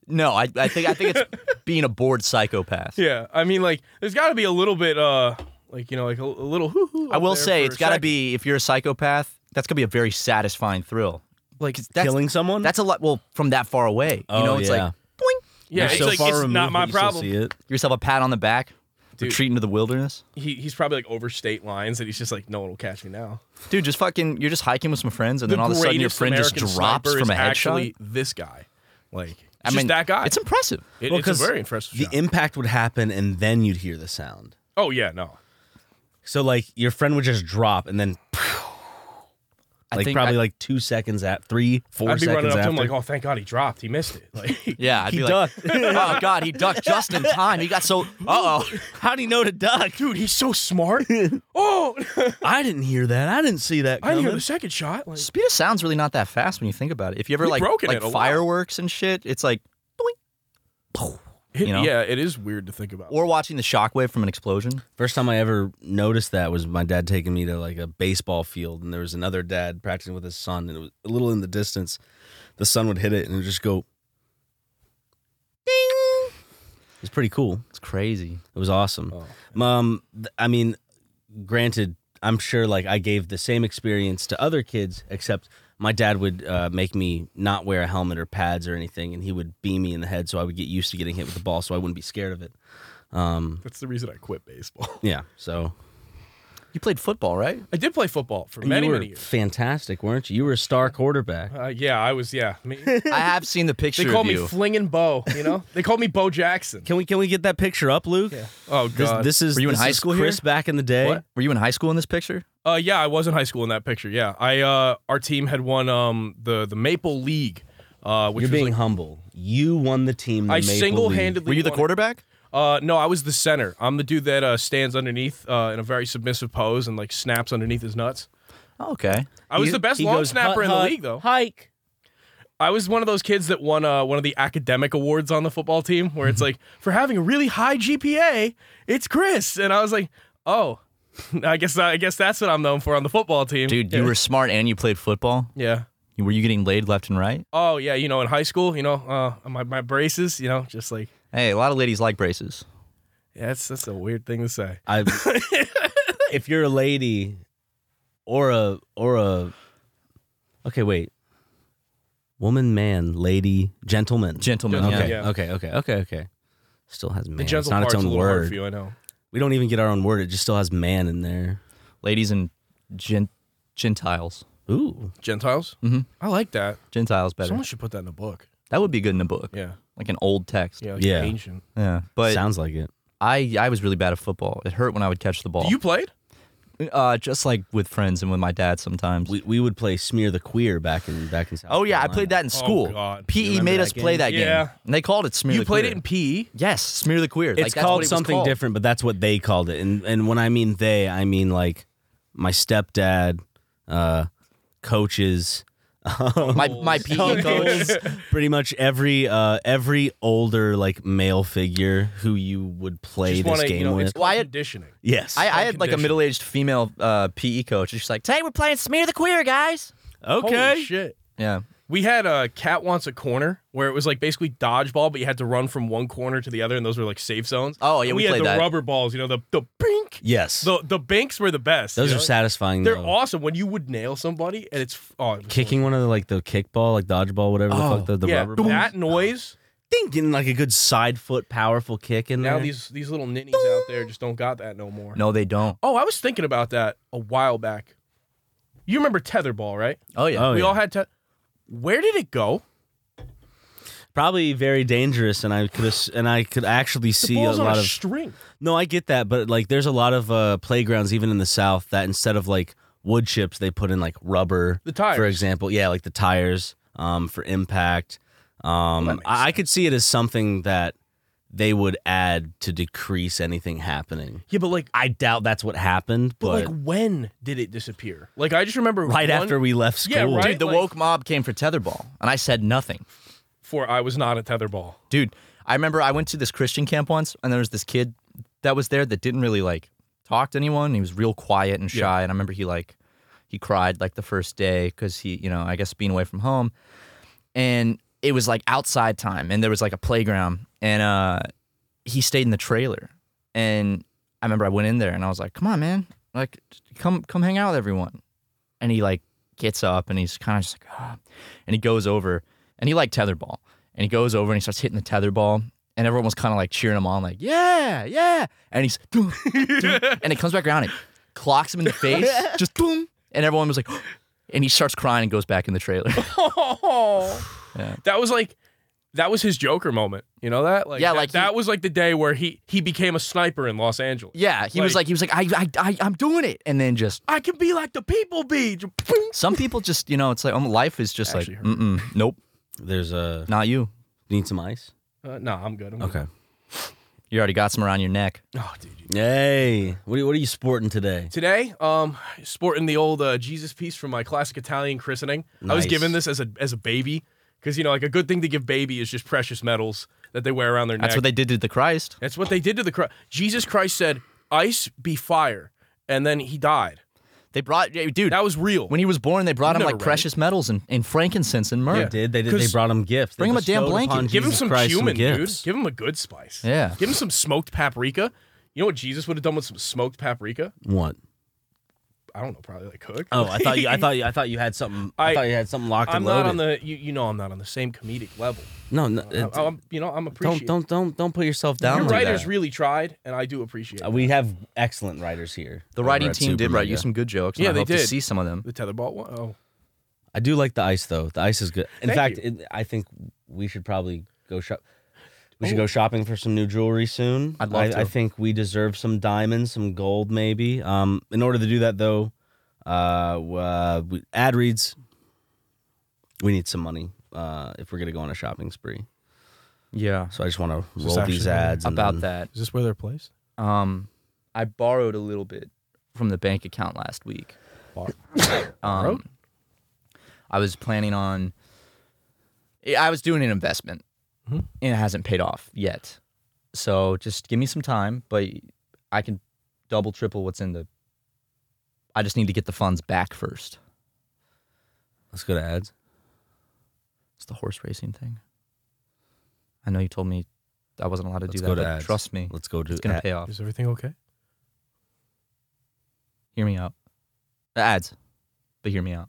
Speaker 2: No, I, I think I think *laughs* it's being a bored psychopath.
Speaker 3: Yeah, I mean, like, there's got to be a little bit, uh, like you know, like a, a little hoo hoo.
Speaker 2: I will say it's got to be if you're a psychopath, that's gonna be a very satisfying thrill.
Speaker 1: Like
Speaker 2: that's-
Speaker 1: killing someone.
Speaker 2: That's a lot. Well, from that far away,
Speaker 1: oh,
Speaker 2: you know, it's
Speaker 1: yeah.
Speaker 2: like
Speaker 3: Yeah,
Speaker 1: You're
Speaker 3: it's
Speaker 1: so
Speaker 3: like
Speaker 1: far
Speaker 3: it's
Speaker 1: removed,
Speaker 3: not
Speaker 1: but
Speaker 3: my
Speaker 1: you still
Speaker 3: problem.
Speaker 1: see it.
Speaker 2: give yourself a pat on the back,
Speaker 3: Dude.
Speaker 2: retreat into the wilderness,
Speaker 3: He, he's probably like over state lines, and he's just like, no one will catch me now.
Speaker 2: dude. Just fucking, you're just hiking with some friends, and then
Speaker 3: the
Speaker 2: all of a sudden your
Speaker 3: greatest
Speaker 2: friend just
Speaker 3: American
Speaker 2: drops
Speaker 3: sniper
Speaker 2: from a
Speaker 3: is
Speaker 2: headshot.
Speaker 3: actually This guy, like, it's
Speaker 2: I
Speaker 3: just
Speaker 2: mean,
Speaker 3: that guy.
Speaker 2: It's impressive.
Speaker 3: It-
Speaker 1: Well,
Speaker 3: it's a
Speaker 1: 'cause
Speaker 3: very impressive.
Speaker 1: The
Speaker 3: shot.
Speaker 1: impact would happen, and then you'd hear the sound.
Speaker 3: oh yeah, no,
Speaker 1: So like your friend would just drop, and then
Speaker 2: I
Speaker 1: like
Speaker 2: think
Speaker 1: probably
Speaker 2: I-
Speaker 1: like two seconds at three, four
Speaker 3: I'd be
Speaker 1: seconds
Speaker 3: running up
Speaker 1: after.
Speaker 3: to him like, oh, thank God he dropped. He missed it.
Speaker 2: *laughs*
Speaker 3: Like,
Speaker 2: yeah, I'd
Speaker 1: he
Speaker 2: be like,
Speaker 1: ducked.
Speaker 2: oh god, he ducked just in time. He got so. Uh
Speaker 3: *laughs*
Speaker 2: oh.
Speaker 1: How do you know to duck?
Speaker 3: dude, he's so
Speaker 2: *laughs*
Speaker 3: smart. oh, *laughs*
Speaker 1: I didn't hear that. I didn't see that.
Speaker 3: I
Speaker 1: Coming.
Speaker 3: didn't hear the second shot. Like,
Speaker 2: Speed of sound's really not that fast when you think about it. If you ever
Speaker 3: We've
Speaker 2: like
Speaker 3: broken
Speaker 2: like
Speaker 3: it a lot.
Speaker 2: fireworks and shit, it's like
Speaker 3: it-
Speaker 2: you know?
Speaker 3: yeah, it is weird to think about.
Speaker 2: or watching the shockwave from an explosion.
Speaker 1: First time I ever noticed that was my dad taking me to like a baseball field, and there was another dad practicing with his son, and it was a little in the distance. The son would hit it and it would just go ding. It's pretty cool.
Speaker 2: It's crazy.
Speaker 1: It was awesome.
Speaker 3: Oh.
Speaker 1: Mom, th- I mean, granted, I'm sure like I gave the same experience to other kids, except my dad would uh, make me not wear a helmet or pads or anything, and he would beam me in the head, so I would get used to getting hit with the ball, so I wouldn't be scared of it. Um,
Speaker 3: That's the reason I quit baseball. *laughs*
Speaker 1: yeah, so
Speaker 2: You played football, right?
Speaker 3: I did play football for
Speaker 1: And
Speaker 3: many,
Speaker 1: you were
Speaker 3: many years.
Speaker 1: fantastic, weren't you? You were a star quarterback.
Speaker 3: Uh, yeah, I was. Yeah, *laughs* me.
Speaker 2: I have seen the picture
Speaker 3: They call
Speaker 2: of
Speaker 3: me
Speaker 2: you.
Speaker 3: Flingin' Bo. You know, they called me Bo Jackson.
Speaker 1: Can we can we get that picture up, Luke?
Speaker 3: Oh
Speaker 1: This,
Speaker 3: god.
Speaker 1: this is
Speaker 2: Were you in
Speaker 1: this
Speaker 2: high
Speaker 1: is
Speaker 2: school here?
Speaker 1: Chris back in the day.
Speaker 2: What? Were you in high school in this picture?
Speaker 3: uh, yeah, I was in high school in that picture. Yeah, I uh, our team had won um the the Maple League, uh, which
Speaker 1: You're
Speaker 3: was
Speaker 1: being
Speaker 3: like,
Speaker 1: humble. You won the team. The
Speaker 3: I
Speaker 1: Maple Leaf.
Speaker 3: single-handedly
Speaker 2: Were you the
Speaker 3: won-
Speaker 2: quarterback?
Speaker 3: Uh, no, I was the center. I'm the dude that uh, stands underneath uh, in a very submissive pose and like snaps underneath his nuts.
Speaker 2: Oh, okay.
Speaker 3: I was
Speaker 1: He-
Speaker 3: the best
Speaker 1: he
Speaker 3: long
Speaker 1: goes,
Speaker 3: snapper
Speaker 1: "Hut,
Speaker 3: in the
Speaker 1: hut,
Speaker 3: league, though.
Speaker 1: Hike.
Speaker 3: I was one of those kids that won uh, one of the academic awards on the football team, where it's
Speaker 1: Mm-hmm.
Speaker 3: like for having a really high GPA, it's Chris, and I was like, oh, *laughs* I guess I guess that's what I'm known for on the football team,
Speaker 2: Dude, you
Speaker 3: Yeah.
Speaker 2: were smart and you played football.
Speaker 3: yeah.
Speaker 2: Were you getting laid left and right?
Speaker 3: Oh yeah, you know, in high school, you know, uh, my, my braces, you know, just like
Speaker 2: Hey, a lot of ladies like braces.
Speaker 3: yeah, that's that's a weird thing to say.
Speaker 1: I, if you're a lady, or a or a, okay, wait, woman, man, lady, gentleman,
Speaker 2: Gentlemen.
Speaker 3: Gentlemen,
Speaker 1: Okay,
Speaker 2: yeah.
Speaker 3: yeah.
Speaker 1: okay, okay, okay, okay. Still has man.
Speaker 3: The
Speaker 1: It's
Speaker 3: gentle
Speaker 1: not
Speaker 3: part's
Speaker 1: its
Speaker 3: a
Speaker 1: own
Speaker 3: little hard for
Speaker 1: word.
Speaker 3: you, I know.
Speaker 1: We don't even get our own word. It just still has man in there.
Speaker 2: Ladies and gen- Gentiles.
Speaker 1: Ooh,
Speaker 3: Gentiles,
Speaker 1: Mm-hmm.
Speaker 2: Mhm.
Speaker 3: I like that.
Speaker 2: Gentiles better.
Speaker 3: Someone should put that in a book.
Speaker 2: that would be good in a book,
Speaker 3: Yeah,
Speaker 2: like an old text.
Speaker 3: yeah, like
Speaker 1: Yeah.
Speaker 3: ancient.
Speaker 2: Yeah. But
Speaker 1: sounds like it.
Speaker 2: I, I was really bad at football. It hurt when I would catch the ball.
Speaker 3: You played?
Speaker 2: uh, just like with friends and with my dad sometimes.
Speaker 1: We, we would play smear the queer back in back in South.
Speaker 2: oh yeah, I
Speaker 1: Carolina.
Speaker 2: played that in school.
Speaker 3: God. You
Speaker 2: PE
Speaker 1: remember
Speaker 2: made
Speaker 1: that
Speaker 2: us play
Speaker 1: game?
Speaker 2: that game.
Speaker 3: Yeah.
Speaker 2: And they called it smear.
Speaker 3: you
Speaker 2: the
Speaker 3: played
Speaker 2: queer.
Speaker 3: it in PE?
Speaker 2: Yes, smear the queer. like,
Speaker 1: It's
Speaker 2: that's what
Speaker 1: called
Speaker 2: it was
Speaker 1: something
Speaker 2: called.
Speaker 1: different, but that's what they called it. And and when I mean they, I mean like my stepdad, uh, coaches,
Speaker 2: My my PE coach.
Speaker 1: uncles, pretty much every uh, every older like male figure who you would play
Speaker 3: Just
Speaker 1: this
Speaker 3: wanna, you
Speaker 1: game
Speaker 3: know,
Speaker 1: with.
Speaker 3: it's called
Speaker 2: Wyatt-
Speaker 3: conditioning.
Speaker 1: yes.
Speaker 2: I, I had like a
Speaker 3: condition.
Speaker 2: middle aged female uh, PE coach. and She's like, "Today we're playing smear the queer, guys."
Speaker 3: Holy
Speaker 1: okay.
Speaker 3: shit.
Speaker 2: Yeah.
Speaker 3: We had a cat wants a corner where it was like basically dodgeball, but you had to run from one corner to the other, and those were like safe zones.
Speaker 2: Oh, yeah,
Speaker 3: And
Speaker 2: we
Speaker 3: had
Speaker 2: played
Speaker 3: the
Speaker 2: that.
Speaker 3: rubber balls, you know, the the bink.
Speaker 1: Yes.
Speaker 3: The the binks were the best.
Speaker 1: Those
Speaker 3: you
Speaker 1: are
Speaker 3: know?
Speaker 1: satisfying.
Speaker 3: They're
Speaker 1: though.
Speaker 3: awesome when you would nail somebody, and it's oh, it was
Speaker 1: Kicking one of the like the kickball, like dodgeball, whatever the
Speaker 2: Oh,
Speaker 1: fuck the, the
Speaker 3: yeah,
Speaker 1: rubber Oh, ball.
Speaker 3: that noise.
Speaker 1: Ding, getting like a good side foot, powerful kick in
Speaker 3: Now
Speaker 1: there.
Speaker 3: these these little ninnies out there just don't got that no more.
Speaker 2: No, they don't.
Speaker 3: Oh, I was thinking about that a while back. You remember tetherball, right?
Speaker 2: Oh yeah.
Speaker 1: Oh,
Speaker 3: we
Speaker 1: yeah.
Speaker 3: all had to. Where did it go?
Speaker 1: probably very dangerous and i could as- and i could actually
Speaker 3: The
Speaker 1: see a
Speaker 3: ball's on
Speaker 1: lot
Speaker 3: a
Speaker 1: of
Speaker 3: string.
Speaker 1: no i get that but like there's a lot of uh playgrounds even in the south that instead of like wood chips they put in like rubber
Speaker 3: The tires.
Speaker 1: for example yeah like the tires um for impact um
Speaker 3: that makes
Speaker 1: I-, I could see it as something that they would add to decrease anything happening
Speaker 3: Yeah, but like,
Speaker 1: i doubt that's what happened
Speaker 3: but,
Speaker 1: but,
Speaker 3: like, when did it disappear? Like, I just remember
Speaker 1: right
Speaker 3: one-
Speaker 1: after we left school
Speaker 3: Yeah, right?
Speaker 2: Dude, the
Speaker 3: like-
Speaker 2: woke mob came for tetherball, and I said nothing.
Speaker 3: for I was not a tetherball.
Speaker 2: Dude, I remember I went to this Christian camp once, and there was this kid that was there that didn't really like talk to anyone. He was real quiet and shy, and I remember he like he cried like the first day because he, you know, I guess being away from home, and it was like outside time and there was like a playground and uh he stayed in the trailer and I remember I went in there and I was like, "Come on, man. Like come come hang out with everyone." And he like gets up and he's kind of just like, "Ah." and he goes over and he liked tetherball. And he goes over and he starts hitting the tetherball and everyone was kind of like cheering him on like, "Yeah, yeah." And he's *laughs* "Dum, dum," and it comes back around and clocks him in the face, just boom. And everyone was like *gasps* and he starts crying and goes back in the trailer. *laughs* Yeah.
Speaker 3: That was like that was his Joker moment. You know that? Like
Speaker 2: Yeah,
Speaker 3: that,
Speaker 2: like he-
Speaker 3: that was like the day where he he became a sniper in Los Angeles.
Speaker 2: Yeah, he was
Speaker 3: Like-
Speaker 2: like, he was like, I, I, I, I'm doing it, and then just
Speaker 3: I can be like the people be.
Speaker 2: some people just, you know, it's like um, life is just like,
Speaker 3: Actually hurt.
Speaker 2: Mm-mm, nope,
Speaker 1: There's a
Speaker 2: not you.
Speaker 1: need some ice.
Speaker 3: Uh, no, I'm good. I'm good.
Speaker 1: Okay.
Speaker 2: You already got some around your neck.
Speaker 3: Oh, dude. you-
Speaker 1: Hey, what are, what are you sporting today?
Speaker 3: Today, um, sporting the old uh, Jesus piece from my classic Italian christening. I
Speaker 1: Nice.
Speaker 3: was given this as a as a baby because you know like a good thing to give baby is just precious metals that they wear around their
Speaker 2: That's
Speaker 3: neck.
Speaker 2: what they did to the Christ.
Speaker 3: That's what they did to the Christ. Jesus Christ said, "Ice be fire," and then he died.
Speaker 2: They brought, yeah, dude,
Speaker 3: That was real.
Speaker 2: when he was born, they brought him
Speaker 3: never
Speaker 2: like
Speaker 3: read
Speaker 2: precious metals and, and frankincense and myrrh.
Speaker 3: Yeah.
Speaker 1: Did they did they
Speaker 3: 'Cause-
Speaker 1: brought him gifts? They
Speaker 2: Bring him a damn
Speaker 1: bestowed
Speaker 2: blanket.
Speaker 1: upon
Speaker 3: Give him
Speaker 1: Jesus
Speaker 3: some
Speaker 1: Christ
Speaker 3: cumin, dude.
Speaker 1: gifts.
Speaker 3: Give him a good spice.
Speaker 2: Yeah.
Speaker 3: Give him some smoked paprika. You know what Jesus would have done with some smoked paprika?
Speaker 1: What?
Speaker 3: I don't know, probably like cook.
Speaker 1: Oh, I
Speaker 3: *laughs*
Speaker 1: thought you, I thought you, I thought you had something. I,
Speaker 3: I-
Speaker 1: thought you had something locked
Speaker 3: I'm
Speaker 1: and
Speaker 3: not
Speaker 1: loaded.
Speaker 3: on the you, you know I'm not on the same comedic level.
Speaker 1: no, no
Speaker 3: I,
Speaker 1: it's-
Speaker 3: I'm you know I'm
Speaker 1: don't
Speaker 3: appreciative.
Speaker 1: don't don't don't put yourself down.
Speaker 3: Your
Speaker 1: like
Speaker 3: writers
Speaker 1: that.
Speaker 3: really tried, and I do appreciate
Speaker 1: Uh,
Speaker 3: it.
Speaker 1: we have excellent writers here.
Speaker 2: The
Speaker 1: over
Speaker 2: writing
Speaker 1: at
Speaker 2: team
Speaker 1: Super
Speaker 2: did write you
Speaker 1: Mega.
Speaker 2: some good jokes. and
Speaker 3: Yeah,
Speaker 2: I
Speaker 3: they
Speaker 2: hope to
Speaker 3: did.
Speaker 2: see some of them.
Speaker 3: the tetherball one. Oh,
Speaker 1: I do like the ice though. The ice is good. In
Speaker 3: Thank
Speaker 1: fact,
Speaker 3: you.
Speaker 1: it, I think we should probably go shop. We should go shopping for some new jewelry soon.
Speaker 2: Oh. I'd love
Speaker 1: I,
Speaker 2: to.
Speaker 1: I think we deserve some diamonds, some gold, maybe. Um, in order to do that though, uh, w- uh we, ad reads. We need some money uh, if we're gonna go on a shopping spree.
Speaker 2: Yeah.
Speaker 1: So I just want to
Speaker 3: this
Speaker 1: roll these
Speaker 3: actually-
Speaker 1: ads and
Speaker 2: About
Speaker 1: then-
Speaker 2: that,
Speaker 3: is this where they're placed?
Speaker 2: um, I borrowed a little bit from the bank account last week.
Speaker 3: Borrowed?
Speaker 2: *coughs* Um, I was planning on. I was doing an investment,
Speaker 3: Hmm.
Speaker 2: and it hasn't paid off yet. So just give me some time, but I can double, triple what's in the. I just need to get the funds back first.
Speaker 1: Let's go to ads.
Speaker 2: It's the horse racing thing. I know you told me I wasn't allowed to
Speaker 1: Let's
Speaker 2: do
Speaker 1: go
Speaker 2: that,
Speaker 1: to
Speaker 2: but
Speaker 1: ads.
Speaker 2: trust me,
Speaker 1: Let's go to
Speaker 2: it's gonna
Speaker 1: ad-
Speaker 2: pay off.
Speaker 3: Is everything okay?
Speaker 2: Hear me out. The ads, but hear me out.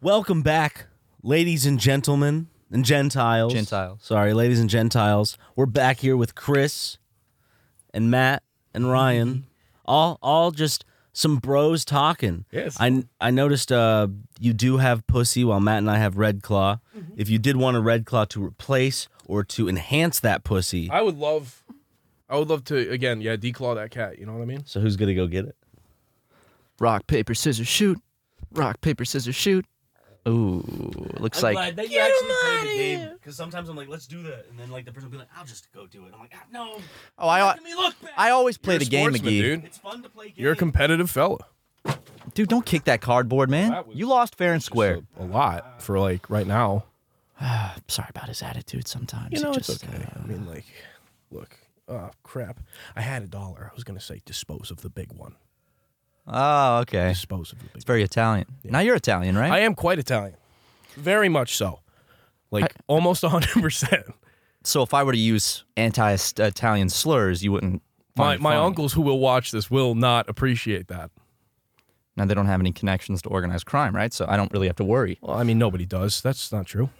Speaker 1: Welcome back, ladies and gentlemen and Gentiles.
Speaker 2: Gentiles.
Speaker 1: Sorry, ladies and Gentiles. We're back here with Chris and Matt and Ryan. All all just some bros talking.
Speaker 3: Yes.
Speaker 1: I I noticed uh you do have pussy while Matt and I have red claw. If you did want a red claw to replace or to enhance that pussy,
Speaker 3: I would love, I would love to again, yeah, declaw that cat. You know what I mean?
Speaker 1: so who's gonna go get it?
Speaker 2: Rock, paper, scissors, shoot. Rock, paper, scissors, shoot. Ooh, looks like
Speaker 1: that you actually played the game because sometimes I'm like, let's do that, and then like the person will be like, I'll just go do it. I'm like, ah, no,
Speaker 2: oh, I
Speaker 1: let me look back.
Speaker 2: I always play
Speaker 3: You're a
Speaker 2: the game,
Speaker 3: sportsman,
Speaker 2: McGee.
Speaker 3: dude.
Speaker 1: it's fun to play games.
Speaker 3: You're a competitive fella.
Speaker 2: Dude, don't kick that cardboard, man.
Speaker 3: That was
Speaker 2: you lost fair and square.
Speaker 3: A lot for like right now.
Speaker 2: I'm sorry about his attitude sometimes.
Speaker 3: You
Speaker 2: It
Speaker 3: know, it's
Speaker 2: just,
Speaker 3: okay.
Speaker 2: uh,
Speaker 3: I mean, like, look. Oh crap! I had a dollar. I was gonna say dispose of the big one.
Speaker 2: oh, okay. It's
Speaker 3: Dispose of the big.
Speaker 2: very Italian. Now you're Italian, right?
Speaker 3: I am quite Italian, very much so. Like almost almost hundred percent.
Speaker 2: so if I were to use anti-Italian slurs, you wouldn't.
Speaker 3: My
Speaker 2: find it
Speaker 3: my
Speaker 2: funny.
Speaker 3: uncles who will watch this will not appreciate that.
Speaker 2: Now they don't have any connections to organized crime, right? So I don't really have to worry.
Speaker 3: Well, I mean, nobody does. That's not true.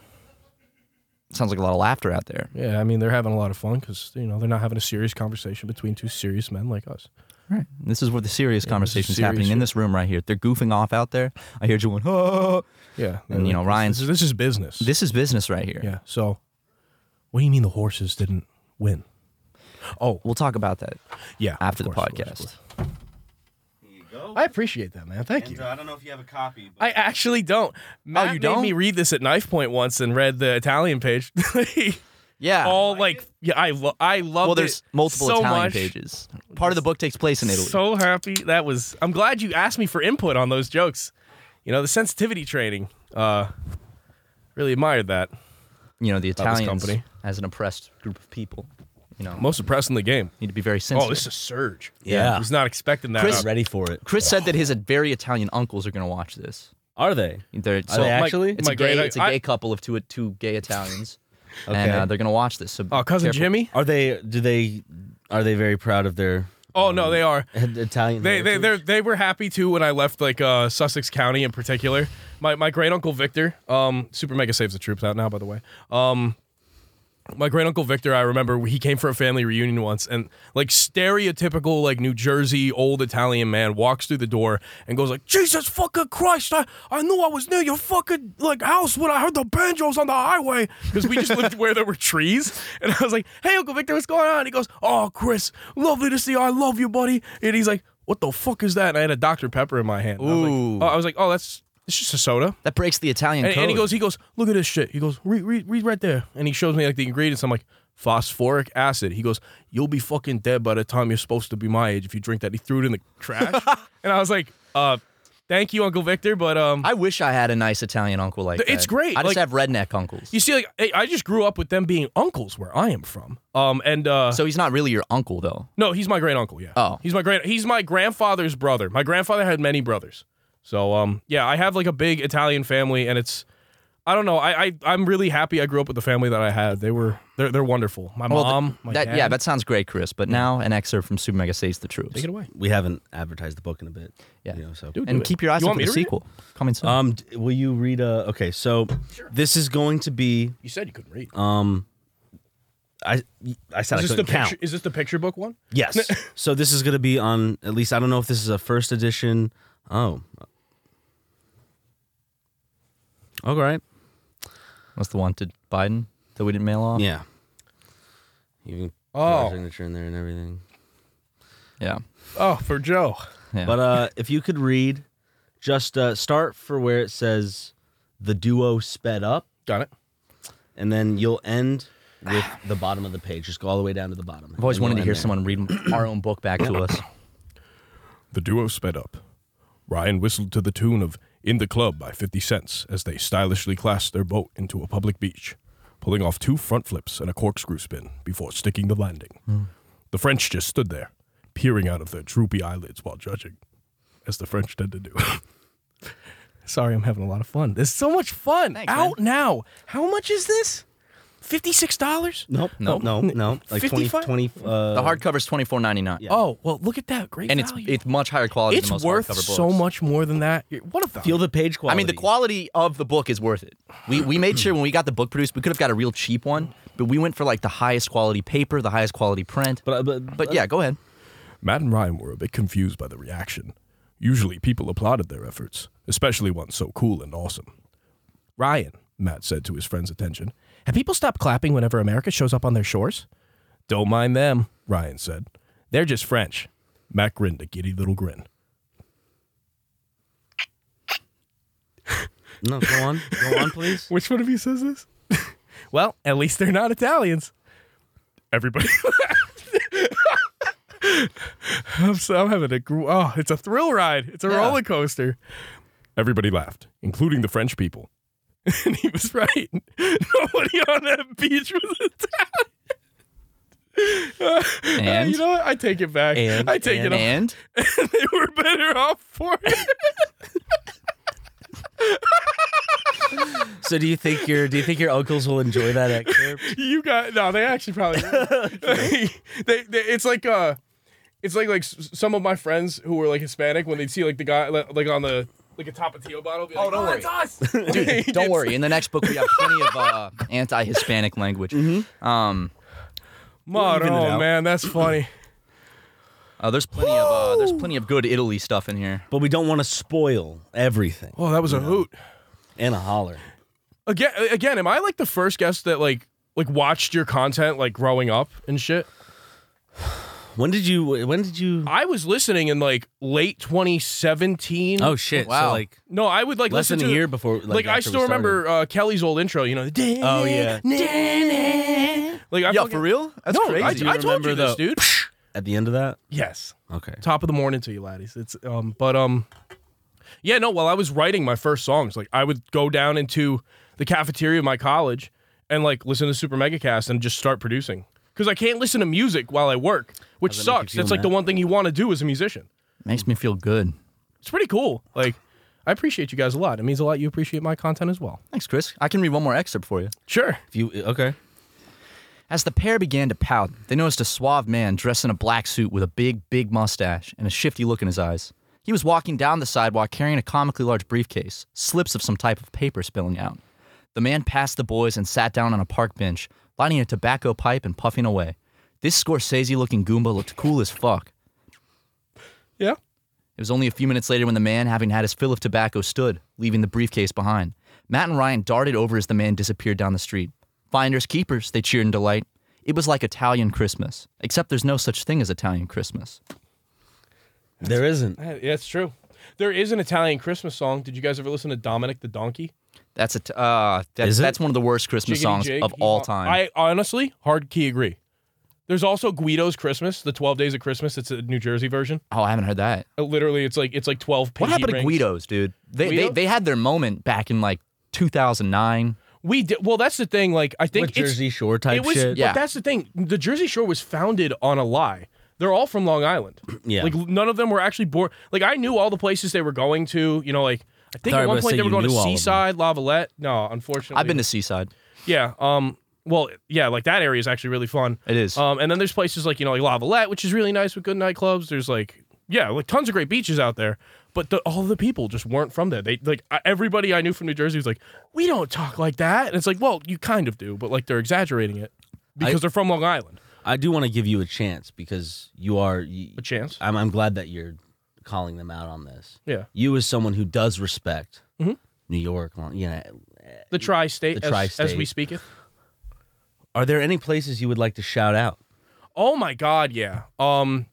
Speaker 2: Sounds like a lot of laughter out there.
Speaker 3: Yeah, I mean, they're having a lot of fun because you know they're not having a serious conversation between two serious men like us.
Speaker 2: Right. This is where the serious conversation is
Speaker 3: serious
Speaker 2: happening in
Speaker 3: shit.
Speaker 2: this room right here. They're goofing off out there. I hear you going, oh.
Speaker 3: Yeah,
Speaker 2: And, you know,
Speaker 3: This-
Speaker 2: Ryan's-
Speaker 3: This is, this is business.
Speaker 2: This is business right here.
Speaker 3: yeah. So, what do you mean the horses didn't win? Oh,
Speaker 2: We'll talk about that
Speaker 3: yeah.
Speaker 2: after
Speaker 3: of
Speaker 2: the
Speaker 3: course, of course, of
Speaker 2: podcast.
Speaker 3: course.
Speaker 1: Here you go.
Speaker 3: I appreciate that, man. Thank
Speaker 1: and
Speaker 3: you. Oh,
Speaker 1: uh, I don't know if you have a copy, but
Speaker 3: I actually don't. Matt
Speaker 2: you
Speaker 3: made
Speaker 2: don't?
Speaker 3: me read this at knife point once and read the Italian page. *laughs*
Speaker 2: yeah.
Speaker 3: All like, yeah, I lo- I love.
Speaker 2: well, there's multiple
Speaker 3: so
Speaker 2: Italian
Speaker 3: much.
Speaker 2: pages. Part of the book takes place in Italy.
Speaker 3: So happy that was. I'm glad you asked me for input on those jokes. You know the sensitivity training. Uh, really admired that.
Speaker 2: you know, the
Speaker 3: this
Speaker 2: Italians
Speaker 3: company.
Speaker 2: as an oppressed group of people, you know,
Speaker 3: Most impressed in the game.
Speaker 2: need to be very sensitive.
Speaker 3: Oh, this is a surge.
Speaker 1: Yeah.
Speaker 3: I was not expecting that.
Speaker 2: Chris-
Speaker 3: Uh,
Speaker 1: I'm ready for it.
Speaker 2: Chris said that his very Italian uncles are going to watch this.
Speaker 1: Are they?
Speaker 2: They're,
Speaker 1: Are they actually?
Speaker 2: it's,
Speaker 3: my
Speaker 2: a gay,
Speaker 3: great-
Speaker 2: it's a
Speaker 3: I-
Speaker 2: gay couple of two two gay
Speaker 3: *laughs*
Speaker 2: Italians,
Speaker 1: Okay.
Speaker 2: and uh, they're going to watch this. So
Speaker 3: oh, cousin
Speaker 2: careful.
Speaker 3: Jimmy.
Speaker 1: Are they? Do they? Are they very proud of their *laughs*
Speaker 3: Oh no, they are.
Speaker 1: Italian?
Speaker 3: They they they
Speaker 1: heritage?
Speaker 3: they were happy too when I left like uh, Sussex County in particular. My my great uncle Victor, um, Super Mega saves the troops out now by the way. Um, my great uncle Victor, I remember he came for a family reunion once, and like stereotypical like New Jersey old Italian man walks through the door and goes like, "Jesus fucking Christ! I, I knew I was near your fucking like house when I heard the banjos on the highway because we just lived *laughs* where there were trees." And I was like, "Hey, Uncle Victor, what's going on?" And he goes, "Oh, Chris, lovely to see you. I love you, buddy." And he's like, "What the fuck is that?" And I had a Dr Pepper in my hand. And I was like-
Speaker 2: Ooh.
Speaker 3: oh, I was like, "Oh, that's it's just a soda."
Speaker 2: That breaks the Italian
Speaker 3: and,
Speaker 2: code.
Speaker 3: and he goes, he goes, look at this shit. He goes, read, read, read right there. And he shows me like the ingredients. I'm like, phosphoric acid. He goes, you'll be fucking dead by the time you're supposed to be my age if you drink that. He threw it in the trash. and I was like, uh, thank you, Uncle Victor, but um,
Speaker 2: I wish I had a nice Italian uncle like that.
Speaker 3: It's great,
Speaker 2: I
Speaker 3: like-
Speaker 2: just have redneck uncles.
Speaker 3: you see, like, I, I just grew up with them being uncles where I am from. Um, and uh,
Speaker 2: So he's not really your uncle though.
Speaker 3: no, he's my great uncle. Yeah.
Speaker 2: Oh.
Speaker 3: he's my great. He's my grandfather's brother. My grandfather had many brothers. So um, yeah, I have like a big Italian family, and it's. I don't know. I, I I'm really happy. I grew up with the family that I had. They were they're they're wonderful. My
Speaker 2: Well, th-
Speaker 3: mom, my
Speaker 2: that,
Speaker 3: dad.
Speaker 2: yeah, that sounds great, Chris. But now an excerpt from Super Mega saves the troops.
Speaker 3: Take it away.
Speaker 1: we haven't advertised the book in a bit.
Speaker 2: Yeah.
Speaker 1: You know, so.
Speaker 3: Dude.
Speaker 2: and
Speaker 3: Do it.
Speaker 2: keep your eyes
Speaker 3: You
Speaker 2: out
Speaker 3: want me
Speaker 2: for the
Speaker 3: to read it? Uh,
Speaker 2: sequel coming soon.
Speaker 1: Um, d- will you read a? Okay, so this is going to be.
Speaker 3: You said you couldn't read.
Speaker 1: Um, I I said I
Speaker 3: is this the
Speaker 1: couldn't count.
Speaker 3: picture? Is this the picture book one?
Speaker 2: *laughs*
Speaker 1: Yes. so this is going to be on at least I don't know if this is a first edition. Oh. All right.
Speaker 2: What's the one to Biden that we didn't mail off?
Speaker 1: Yeah. Even put
Speaker 3: Oh.
Speaker 1: our signature in there and everything.
Speaker 2: Yeah.
Speaker 3: Oh, for Joe.
Speaker 2: Yeah.
Speaker 1: But uh if you could read just uh start for where it says the duo sped up
Speaker 3: Got it.
Speaker 1: and then you'll end with the bottom of the page. Just go all the way down to the bottom.
Speaker 2: I've always
Speaker 1: and
Speaker 2: wanted
Speaker 1: you'll
Speaker 2: to hear
Speaker 1: end there.
Speaker 2: someone read *clears throat* our own book back to
Speaker 3: *coughs*
Speaker 2: us.
Speaker 3: The duo sped up. Ryan whistled to the tune of In the Club by 50 Cents as they stylishly classed their boat into a public beach, pulling off two front flips and a corkscrew spin before sticking the landing. The French just stood there, peering out of their droopy eyelids while judging, as the French tend to do. *laughs* Sorry, I'm having a lot of fun. There's so much fun.
Speaker 2: Thanks, man.
Speaker 3: Out now. How much is this? $56?
Speaker 1: Nope, nope, no, no. Like 20,
Speaker 3: 55?
Speaker 1: 20 uh,
Speaker 2: The hardcover's twenty four ninety nine. Yeah.
Speaker 3: Oh, well, look at that. Great
Speaker 2: And it's
Speaker 3: value.
Speaker 2: it's much higher quality
Speaker 3: it's
Speaker 2: than most
Speaker 3: worth
Speaker 2: hardcover books.
Speaker 3: so much more than that. What a value.
Speaker 1: feel the page
Speaker 2: I
Speaker 1: quality.
Speaker 2: mean, the quality of the book is worth it. We we
Speaker 3: *clears throat*
Speaker 2: made sure when we got the book produced, we could have got a real cheap one, but we went for like the highest quality paper, the highest quality print.
Speaker 1: but, uh, but,
Speaker 2: But yeah, go ahead.
Speaker 3: Matt and Ryan were a bit confused by the reaction. Usually people applauded their efforts, especially ones so cool and awesome. Ryan, Matt said to his friend's attention, have people stopped clapping whenever America shows up on their shores? Don't mind them, Ryan said. They're just French. Matt grinned a giddy little grin.
Speaker 1: No, go on. Go on,
Speaker 2: *laughs*
Speaker 1: please.
Speaker 3: Which one of you says this? *laughs* well, at least they're not Italians. Everybody. *laughs* I'm, so, I'm having a gr- oh, it's a thrill ride. It's a roller coaster. Everybody laughed, including the French people. *laughs* and he was right. *laughs* Nobody on that beach was Italian. *laughs* Uh,
Speaker 2: And?
Speaker 3: you know what? I take it back.
Speaker 1: And-
Speaker 3: I take
Speaker 1: and-
Speaker 3: it off. *laughs*
Speaker 2: And
Speaker 3: they were better off for it.
Speaker 1: So do you think your do you think your uncles will enjoy that at camp?
Speaker 3: You got no. They actually *laughs* probably. they, they, it's like uh, it's like like s- some of my friends who were like Hispanic when they'd see like the guy li- like on the like a Tapatio bottle. Be like, oh, don't worry. It's *laughs* us. Dude,
Speaker 2: don't worry. In the next book, we have plenty of
Speaker 3: *laughs*
Speaker 2: uh, anti-Hispanic language. Um,
Speaker 3: Mod,
Speaker 2: We'll even it
Speaker 3: oh
Speaker 2: out.
Speaker 3: man, that's funny.
Speaker 2: uh, there's plenty of uh, there's plenty of good Italy stuff in here.
Speaker 1: But we don't want to spoil everything.
Speaker 3: *clears throat* Oh, that was a hoot.
Speaker 1: And a holler.
Speaker 3: Again, again, am I like the first guest that like like watched your content like growing up and shit?
Speaker 1: When did you when did you
Speaker 3: I was listening in like late 2017.
Speaker 1: Oh shit. So
Speaker 2: Wow.
Speaker 1: like
Speaker 3: no, I would like
Speaker 1: less
Speaker 3: listen
Speaker 1: than a
Speaker 3: to-
Speaker 1: year before
Speaker 3: Like, I
Speaker 1: after we
Speaker 3: still remember uh, Kelly's old intro, you know. the
Speaker 1: started. Oh yeah.
Speaker 3: Like I fucking-
Speaker 2: real? That's
Speaker 3: no,
Speaker 2: crazy.
Speaker 3: I, I
Speaker 1: You
Speaker 3: told you
Speaker 1: remember
Speaker 3: this,
Speaker 1: the-
Speaker 3: dude.
Speaker 1: At the end of that?
Speaker 3: yes.
Speaker 1: Okay.
Speaker 3: Top of the morning to you, laddies. It's um, but um, yeah, no. While I was writing my first songs, like I would go down into the cafeteria of my college and like listen to Super Megacast and just start producing because I can't listen to music while I work, which
Speaker 1: Does that make you
Speaker 3: sucks.
Speaker 1: feel
Speaker 3: That's like the
Speaker 1: mad?
Speaker 3: one thing you want to do as a musician.
Speaker 2: Makes me feel good.
Speaker 3: It's pretty cool. Like I appreciate you guys a lot. It means a lot. You appreciate my content as well.
Speaker 2: Thanks, Chris. I can read one more excerpt for you.
Speaker 3: Sure.
Speaker 1: If you okay.
Speaker 2: As the pair began to pout, they noticed a suave man dressed in a black suit with a big, big mustache and a shifty look in his eyes. He was walking down the sidewalk carrying a comically large briefcase, slips of some type of paper spilling out. The man passed the boys and sat down on a park bench, lighting a tobacco pipe and puffing away. This Scorsese looking Goomba looked cool as fuck.
Speaker 3: Yeah.
Speaker 2: It was only a few minutes later when the man, having had his fill of tobacco, stood, leaving the briefcase behind. Matt and Ryan darted over as the man disappeared down the street. Finders keepers, they cheered in delight. It was like Italian Christmas, except there's no such thing as Italian Christmas.
Speaker 1: There isn't.
Speaker 3: Yeah, That's true. There is an Italian Christmas song. Did you guys ever listen to Dominic the Donkey?
Speaker 2: That's a t- uh, that's,
Speaker 1: Is it?
Speaker 2: that's one of the worst Christmas
Speaker 3: Jiggity
Speaker 2: songs
Speaker 3: jig,
Speaker 2: of
Speaker 3: hee
Speaker 2: all
Speaker 3: haw.
Speaker 2: time.
Speaker 3: I honestly hard key agree. There's also Guido's Christmas, the 12 Days of Christmas. It's a New Jersey version.
Speaker 2: oh, I haven't heard that.
Speaker 3: Uh, literally, it's like it's like 12.
Speaker 2: What
Speaker 3: piggy
Speaker 2: happened
Speaker 3: rings.
Speaker 2: to Guido's, dude? They,
Speaker 3: Guido?
Speaker 2: they they had their moment back in like 2009.
Speaker 3: We did well. That's the thing. Like I think
Speaker 1: Like
Speaker 3: it's-
Speaker 1: Jersey Shore type
Speaker 3: It was.
Speaker 1: shit.
Speaker 3: Yeah.
Speaker 2: Yeah.
Speaker 3: But that's the thing. The Jersey Shore was founded on a lie. They're all from Long
Speaker 2: *clears throat*
Speaker 3: Island.
Speaker 1: Yeah.
Speaker 3: Like none of them were actually born. Like I knew all the places they were going to. You know, like I think
Speaker 1: Thought
Speaker 3: at
Speaker 1: you
Speaker 3: one
Speaker 1: were
Speaker 3: point
Speaker 1: gonna say
Speaker 3: they were
Speaker 1: you
Speaker 3: going to
Speaker 1: knew all of them.
Speaker 3: Seaside, Lavalette. No, unfortunately,
Speaker 2: I've been to Seaside.
Speaker 3: Yeah. Um. Well, yeah. Like that area is actually really fun.
Speaker 2: It is.
Speaker 3: Um, and then there's places like, you know, like Lavalette, which is really nice with good nightclubs. There's like, yeah, like tons of great beaches out there. But the, all the people just weren't from there. They like I- everybody I knew from New Jersey was like, we don't talk like that. And it's like, well, you kind of do, but like they're exaggerating it because they're from Long Island.
Speaker 1: I do want to give you a chance because you are you,
Speaker 3: A chance.
Speaker 1: I'm, I'm glad that you're calling them out on this.
Speaker 3: Yeah. Mm-hmm.
Speaker 1: You as someone who does respect New York, Long- you know,
Speaker 3: The tri-state,
Speaker 1: The
Speaker 3: as- As,
Speaker 1: tri-state.
Speaker 3: we speak it.
Speaker 1: are there any places you would like to shout out?
Speaker 3: Oh my God. Yeah. Um,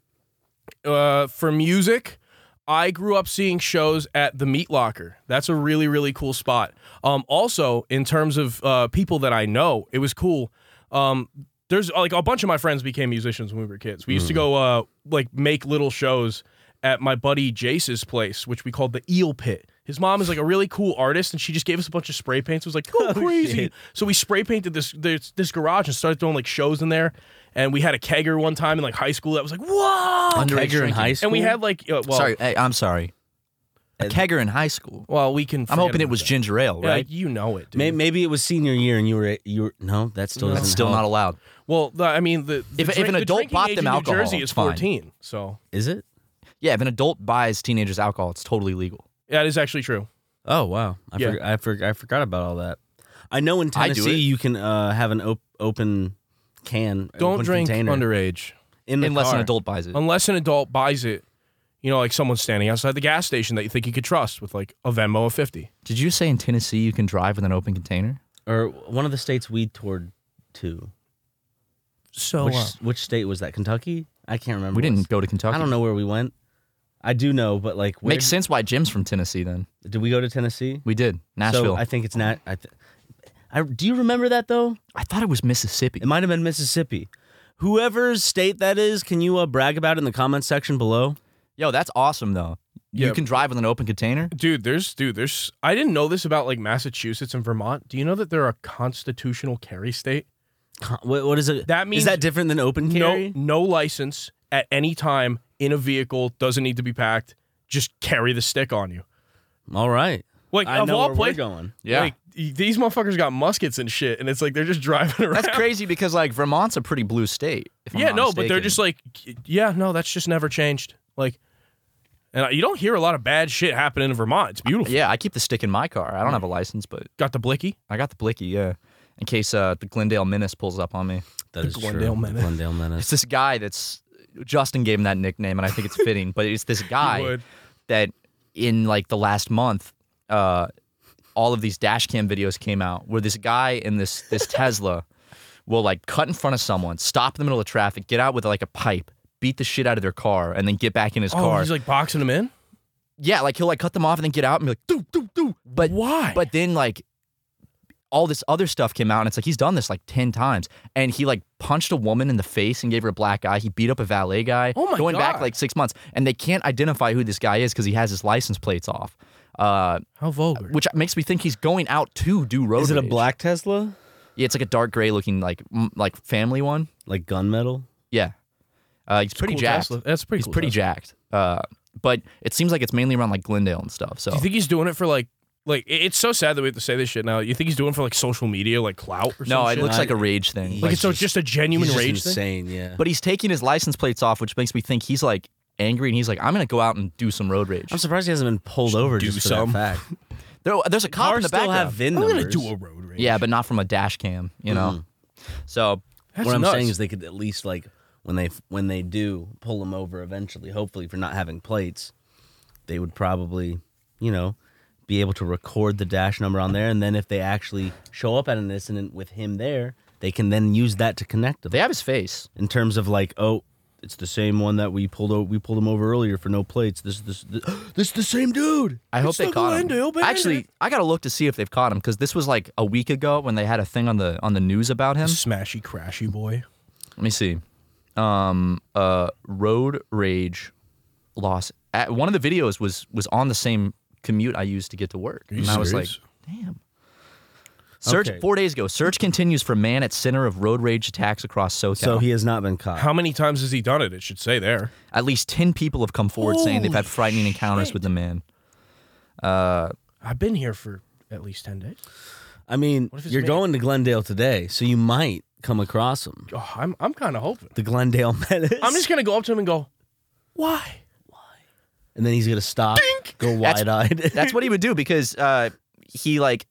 Speaker 3: uh, for music, I grew up seeing shows at the Meat Locker. That's a really, really cool spot. Um, also, in terms of uh, people that I know, it was cool. Um, there's like a bunch of my friends became musicians when we were kids. We used to go uh, like make little shows at my buddy Jace's place, which we called the Eel Pit. His mom is like a really cool artist, and she just gave us a bunch of spray paints. It was like go crazy. So we spray painted this, this this garage and started throwing like shows in there. And we had a kegger one time in like high school that was like whoa,
Speaker 2: Underage
Speaker 1: Kegger in
Speaker 2: drinking.
Speaker 1: high school.
Speaker 3: Oh, and we had like uh, well,
Speaker 2: sorry, hey, I'm sorry. A kegger in high school.
Speaker 3: Well, we can.
Speaker 2: I'm
Speaker 3: forget
Speaker 2: hoping it
Speaker 3: about
Speaker 2: was
Speaker 3: that.
Speaker 2: ginger ale,
Speaker 3: Yeah,
Speaker 2: right?
Speaker 3: you know it. Dude.
Speaker 1: May- maybe it was senior year and you were you were no that still doesn't
Speaker 2: That's still
Speaker 1: help.
Speaker 2: not allowed.
Speaker 3: Well, the, I mean, the, the
Speaker 2: If- if
Speaker 3: drink-
Speaker 2: an
Speaker 3: the
Speaker 2: adult
Speaker 3: drinking
Speaker 2: bought
Speaker 3: age
Speaker 2: them
Speaker 3: in New
Speaker 2: alcohol,
Speaker 3: Jersey is
Speaker 2: it's fine.
Speaker 3: 14. So
Speaker 1: is it
Speaker 2: Yeah, if an adult buys teenagers alcohol, it's totally legal.
Speaker 3: that is actually true.
Speaker 1: oh wow I,
Speaker 3: Yeah.
Speaker 1: forg I, forg I forgot about all that I know in
Speaker 2: I do
Speaker 1: Tennessee
Speaker 2: it.
Speaker 1: you can uh, have an op- open can
Speaker 3: Don't
Speaker 1: open
Speaker 3: drink
Speaker 1: container
Speaker 3: underage
Speaker 1: in the
Speaker 2: Unless
Speaker 1: car.
Speaker 2: an adult buys it.
Speaker 3: unless an adult buys it. You know, like someone standing outside the gas station that you think you could trust with like a Venmo of 50.
Speaker 2: Did you say in Tennessee you can drive with an open container?
Speaker 1: or one of the states we toured to
Speaker 3: So
Speaker 1: uh, which which state was that Kentucky I can't remember
Speaker 2: Oh, We
Speaker 1: what
Speaker 2: didn't
Speaker 1: state.
Speaker 2: go to Kentucky.
Speaker 1: I don't know where we went I do know, but like, where
Speaker 2: Makes sense why Jim's from Tennessee. Then
Speaker 1: did we go to Tennessee?
Speaker 2: we did
Speaker 1: So
Speaker 2: Nashville.
Speaker 1: I think it's not. I, th- I do you remember that though?
Speaker 2: I thought it was Mississippi.
Speaker 1: It might have been Mississippi. Whoever's state that is, can you uh, brag about it in the comments section below?
Speaker 2: Yo, that's awesome though. You
Speaker 3: Yeah.
Speaker 2: can drive with an open container.
Speaker 3: Dude, there's dude, there's I didn't know this about like Massachusetts and Vermont. Do you know that they're a constitutional carry state?
Speaker 1: Con- What, what is it?
Speaker 3: That
Speaker 1: is
Speaker 3: means-
Speaker 1: that different than open carry?
Speaker 3: No no license at any time in a vehicle, doesn't need to be packed. Just carry the stick on you.
Speaker 1: All right.
Speaker 3: Like
Speaker 1: I
Speaker 3: of
Speaker 1: know
Speaker 3: all
Speaker 1: where
Speaker 3: places,
Speaker 1: we're going.
Speaker 3: Like these motherfuckers got muskets and shit, and it's like they're just *laughs* driving around.
Speaker 2: that's crazy because like Vermont's a pretty blue state. If I'm
Speaker 3: yeah,
Speaker 2: not
Speaker 3: no, but they're
Speaker 2: mistaken.
Speaker 3: just like, yeah, no, that's just never changed. Like, and I- you don't hear a lot of bad shit happening in Vermont. It's beautiful.
Speaker 2: yeah. I keep the stick in my car. I don't
Speaker 3: Mm.
Speaker 2: have a license, but
Speaker 3: Got the blicky.
Speaker 2: I got the blicky. Yeah, in case uh, the Glendale Menace pulls up on me.
Speaker 1: That is
Speaker 3: Glendale
Speaker 1: true.
Speaker 3: Menace.
Speaker 1: Glendale
Speaker 3: *laughs*
Speaker 2: It's
Speaker 1: Menace.
Speaker 2: this guy that's Justin gave him that nickname, and I think it's fitting. but it's this guy
Speaker 3: would.
Speaker 2: that in like the last month, uh, all of these dash cam videos came out where this guy in this
Speaker 3: *laughs*
Speaker 2: this Tesla will like cut in front of someone, stop in the middle of traffic, get out with like a pipe, beat the shit out of their car, and then get back in his
Speaker 3: Oh,
Speaker 2: car.
Speaker 3: he's like boxing them in.
Speaker 2: yeah, like he'll like cut them off and then get out and be like, doo doo doo. But
Speaker 3: Why?
Speaker 2: But then like all this other stuff came out and it's like he's done this like 10 times and he like punched a woman in the face and gave her a black eye. He beat up a valet guy
Speaker 3: Oh my
Speaker 2: going back
Speaker 3: God.
Speaker 2: like 6 months and they can't identify who this guy is cuz he has his license plates off. Uh,
Speaker 3: How vulgar.
Speaker 2: which makes me think he's going out to do road
Speaker 1: Is it a
Speaker 2: rage.
Speaker 1: black Tesla?
Speaker 2: Yeah, it's like a dark gray looking like m- like family one.
Speaker 1: Like gunmetal?
Speaker 2: Yeah. Uh, he's pretty
Speaker 3: Cool
Speaker 2: jacked.
Speaker 3: Tesla. That's pretty.
Speaker 2: He's
Speaker 3: cool
Speaker 2: pretty
Speaker 3: Tesla.
Speaker 2: jacked. Uh, but it seems like it's mainly around like Glendale and stuff. So
Speaker 3: Do you think he's doing it for like, like it- it's so sad that we have to say this shit now. You think he's doing it for like social media, like clout or
Speaker 2: no,
Speaker 3: some
Speaker 2: it
Speaker 3: shit?
Speaker 2: looks
Speaker 1: I-
Speaker 2: like a rage thing.
Speaker 3: like, it's so just, a genuine
Speaker 1: He's just
Speaker 3: rage thing.
Speaker 1: insane, yeah.
Speaker 2: But he's taking his license plates off, which makes me think he's like angry and he's like, I'm gonna go out and do some road rage.
Speaker 1: I'm surprised he hasn't been pulled over
Speaker 3: do
Speaker 1: just for
Speaker 3: some.
Speaker 1: that fact.
Speaker 2: There- there's a cop in
Speaker 1: Cars
Speaker 2: the
Speaker 1: still
Speaker 2: background.
Speaker 1: have VIN
Speaker 3: I'm gonna
Speaker 1: numbers.
Speaker 3: do a road rage.
Speaker 2: yeah, but not from a dash cam, you know.
Speaker 1: Mm-hmm.
Speaker 2: So
Speaker 3: That's
Speaker 1: what I'm
Speaker 3: nuts.
Speaker 1: saying is they could at least like when they when they do pull them over eventually, hopefully for not having plates, they would probably you know be able to record the dash number on there, and then if they actually show up at an incident with him there, they can then use that to connect them
Speaker 2: they have his face.
Speaker 1: in terms of like oh. It's the same one that we pulled. Over, we pulled him over earlier for no plates. This is this, this, *gasps* this is the same dude.
Speaker 2: I hope they
Speaker 3: the
Speaker 2: caught him.
Speaker 3: Glendale bandit.
Speaker 2: Actually, I gotta look to see if they've caught him because this was like a week ago when they had a thing on the on the news about him.
Speaker 3: smashy, crashy boy.
Speaker 2: Let me see. Um, uh, road rage loss. At, one of the videos was was on the same commute I used to get to work,
Speaker 3: Are you
Speaker 2: and I was like,
Speaker 3: serious?
Speaker 2: damn. Search
Speaker 1: Okay.
Speaker 2: four days ago. Search continues for man at center of road rage attacks across SoCal.
Speaker 1: So he has not been caught.
Speaker 3: How many times has he done it? It should say there.
Speaker 2: at least ten people have come forward saying they've had frightening encounters with the man. Uh,
Speaker 3: I've been here for at least ten days.
Speaker 1: I mean,
Speaker 3: if it's
Speaker 1: you're
Speaker 3: me?
Speaker 1: going to Glendale today, so you might come across him.
Speaker 3: Oh, I'm I'm kind of hoping.
Speaker 1: The Glendale *laughs* Menace.
Speaker 3: I'm just gonna go up to him and go, "Why?"
Speaker 1: and then he's gonna stop, go
Speaker 2: That's-
Speaker 1: wide eyed.
Speaker 2: That's what he would do because uh, he like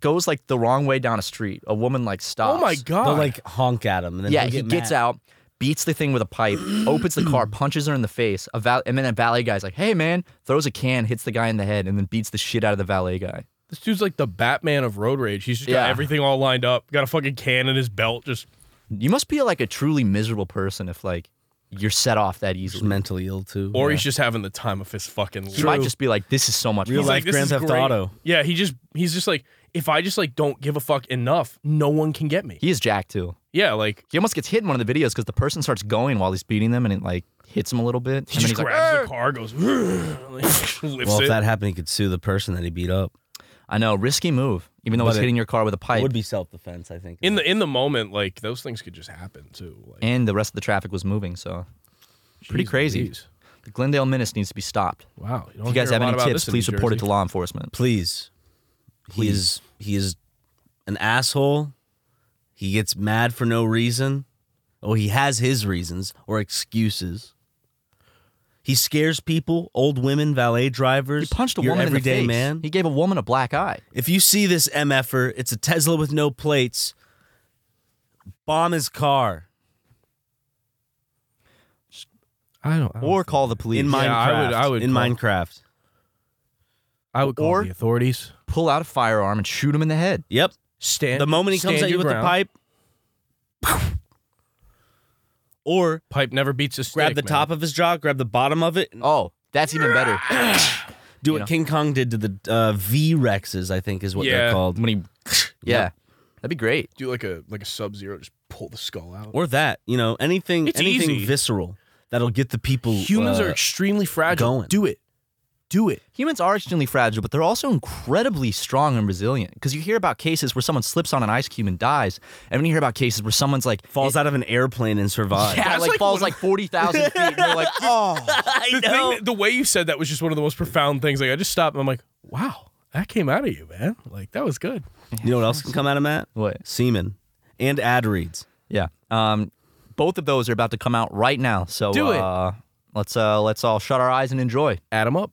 Speaker 2: goes like the wrong way down a street. A woman like stops.
Speaker 3: Oh
Speaker 1: *laughs*
Speaker 3: my
Speaker 1: They'll
Speaker 3: god!
Speaker 1: like honk at him, and then
Speaker 2: yeah,
Speaker 1: he'll
Speaker 2: he
Speaker 1: get
Speaker 2: gets
Speaker 1: mad.
Speaker 2: out, beats the thing with
Speaker 1: *gasps*
Speaker 2: a pipe, opens the car, punches her in the face. A val- and then a valet guy's like, "Hey, man!" Throws a can, hits the guy in the head, and then beats the shit out of the valet guy.
Speaker 3: this dude's like the Batman of road rage. He's just
Speaker 2: Yeah.
Speaker 3: got everything all lined up. Got a fucking can in his belt. Just
Speaker 2: You must be like a truly miserable person if like you're set off that
Speaker 1: He's
Speaker 2: easily.
Speaker 1: mentally ill too.
Speaker 3: or
Speaker 1: yeah.
Speaker 3: he's just having the time of his fucking life.
Speaker 2: You might just be like, "This is so much
Speaker 1: Real
Speaker 2: fun."
Speaker 3: He's
Speaker 1: life
Speaker 3: like, this
Speaker 1: Grand
Speaker 3: is
Speaker 1: Theft
Speaker 3: great.
Speaker 1: Auto.
Speaker 3: Yeah, he just he's just like, if I just like don't give a fuck enough, no one can get me.
Speaker 2: He is Jack too.
Speaker 3: Yeah, like
Speaker 2: He almost gets hit in one of the videos because the person starts going while he's beating them, and it like hits him a little bit.
Speaker 3: he
Speaker 2: and then
Speaker 3: just
Speaker 2: he's like,
Speaker 3: grabs
Speaker 2: "Argh."
Speaker 3: the car, goes, *laughs* like, lifts
Speaker 1: well,
Speaker 3: it.
Speaker 1: if that happened, he could sue the person that he beat up.
Speaker 2: I know, risky move. Even though
Speaker 1: But
Speaker 2: it's
Speaker 1: it
Speaker 2: hitting your car with a
Speaker 1: It
Speaker 2: pipe,
Speaker 1: would be self defense, I think.
Speaker 3: in the in the moment, like those things could just happen too. Like,
Speaker 2: and the rest of the traffic was moving, so pretty
Speaker 3: geez
Speaker 2: crazy.
Speaker 3: Louise.
Speaker 2: the Glendale menace needs to be stopped.
Speaker 3: Wow. don't
Speaker 2: If you guys
Speaker 3: hear a
Speaker 2: have
Speaker 3: lot
Speaker 2: any
Speaker 3: about
Speaker 2: tips,
Speaker 3: this in
Speaker 2: please
Speaker 3: New
Speaker 2: report it to
Speaker 3: Jersey.
Speaker 2: law enforcement.
Speaker 1: please, he is he is an asshole. He gets mad for no reason. Oh, he has his reasons or excuses. He scares people, old women, valet drivers.
Speaker 2: He punched a
Speaker 1: your
Speaker 2: woman
Speaker 1: everyday
Speaker 2: in the face.
Speaker 1: man.
Speaker 2: He gave a woman a black eye.
Speaker 1: If you see this MFer, it's a Tesla with no plates. Bomb his car.
Speaker 3: I don't. I don't-
Speaker 2: Or call the police.
Speaker 1: In Minecraft.
Speaker 3: Yeah, I would- I would
Speaker 1: in
Speaker 3: call-
Speaker 1: Minecraft.
Speaker 3: I would call
Speaker 2: Or-
Speaker 3: the authorities.
Speaker 2: Pull out a firearm and shoot him in the head.
Speaker 1: Yep.
Speaker 3: Stand
Speaker 1: The moment he comes
Speaker 3: stand
Speaker 1: at you
Speaker 3: your
Speaker 1: with
Speaker 3: ground.
Speaker 1: the pipe. Or *laughs*
Speaker 3: Pipe never beats a stick.
Speaker 1: grab the
Speaker 3: man.
Speaker 1: top of his jaw, grab the bottom of it, and
Speaker 2: Oh, That's even
Speaker 3: *coughs*
Speaker 2: better.
Speaker 1: Do
Speaker 2: You
Speaker 1: what
Speaker 2: know?
Speaker 1: King Kong did to the uh, V Rexes, I think is what
Speaker 3: Yeah.
Speaker 1: they're called.
Speaker 3: When he
Speaker 2: yeah, that'd be great.
Speaker 3: do like a like a sub zero, just pull the skull out.
Speaker 1: or that, you know, anything,
Speaker 3: It's
Speaker 1: anything
Speaker 3: easy.
Speaker 1: visceral that'll get the people.
Speaker 3: Humans
Speaker 1: uh,
Speaker 3: are extremely fragile.
Speaker 1: going.
Speaker 3: Do it. Do it.
Speaker 2: Humans are extremely fragile, but they're also incredibly strong and resilient. Because you hear about cases where someone slips on an ice cube and dies, and then you hear about cases where someone's like
Speaker 1: falls out of an airplane and survives.
Speaker 2: yeah,
Speaker 3: *laughs* That's
Speaker 2: like,
Speaker 3: like
Speaker 2: falls
Speaker 3: one-
Speaker 2: like forty thousand feet, and
Speaker 3: *laughs*
Speaker 2: they're like, oh,
Speaker 3: the, thing that- the way you said that was just one of the most profound things. Like I just stopped and I'm like, wow, that came out of you, man. Like that was good.
Speaker 1: You know what else can come out of Matt?
Speaker 2: what?
Speaker 1: Semen and ad reads.
Speaker 2: Yeah. Um, both of those are about to come out right now. So
Speaker 3: Do it.
Speaker 2: Uh, let's uh, let's all shut our eyes and enjoy.
Speaker 3: Add 'em up.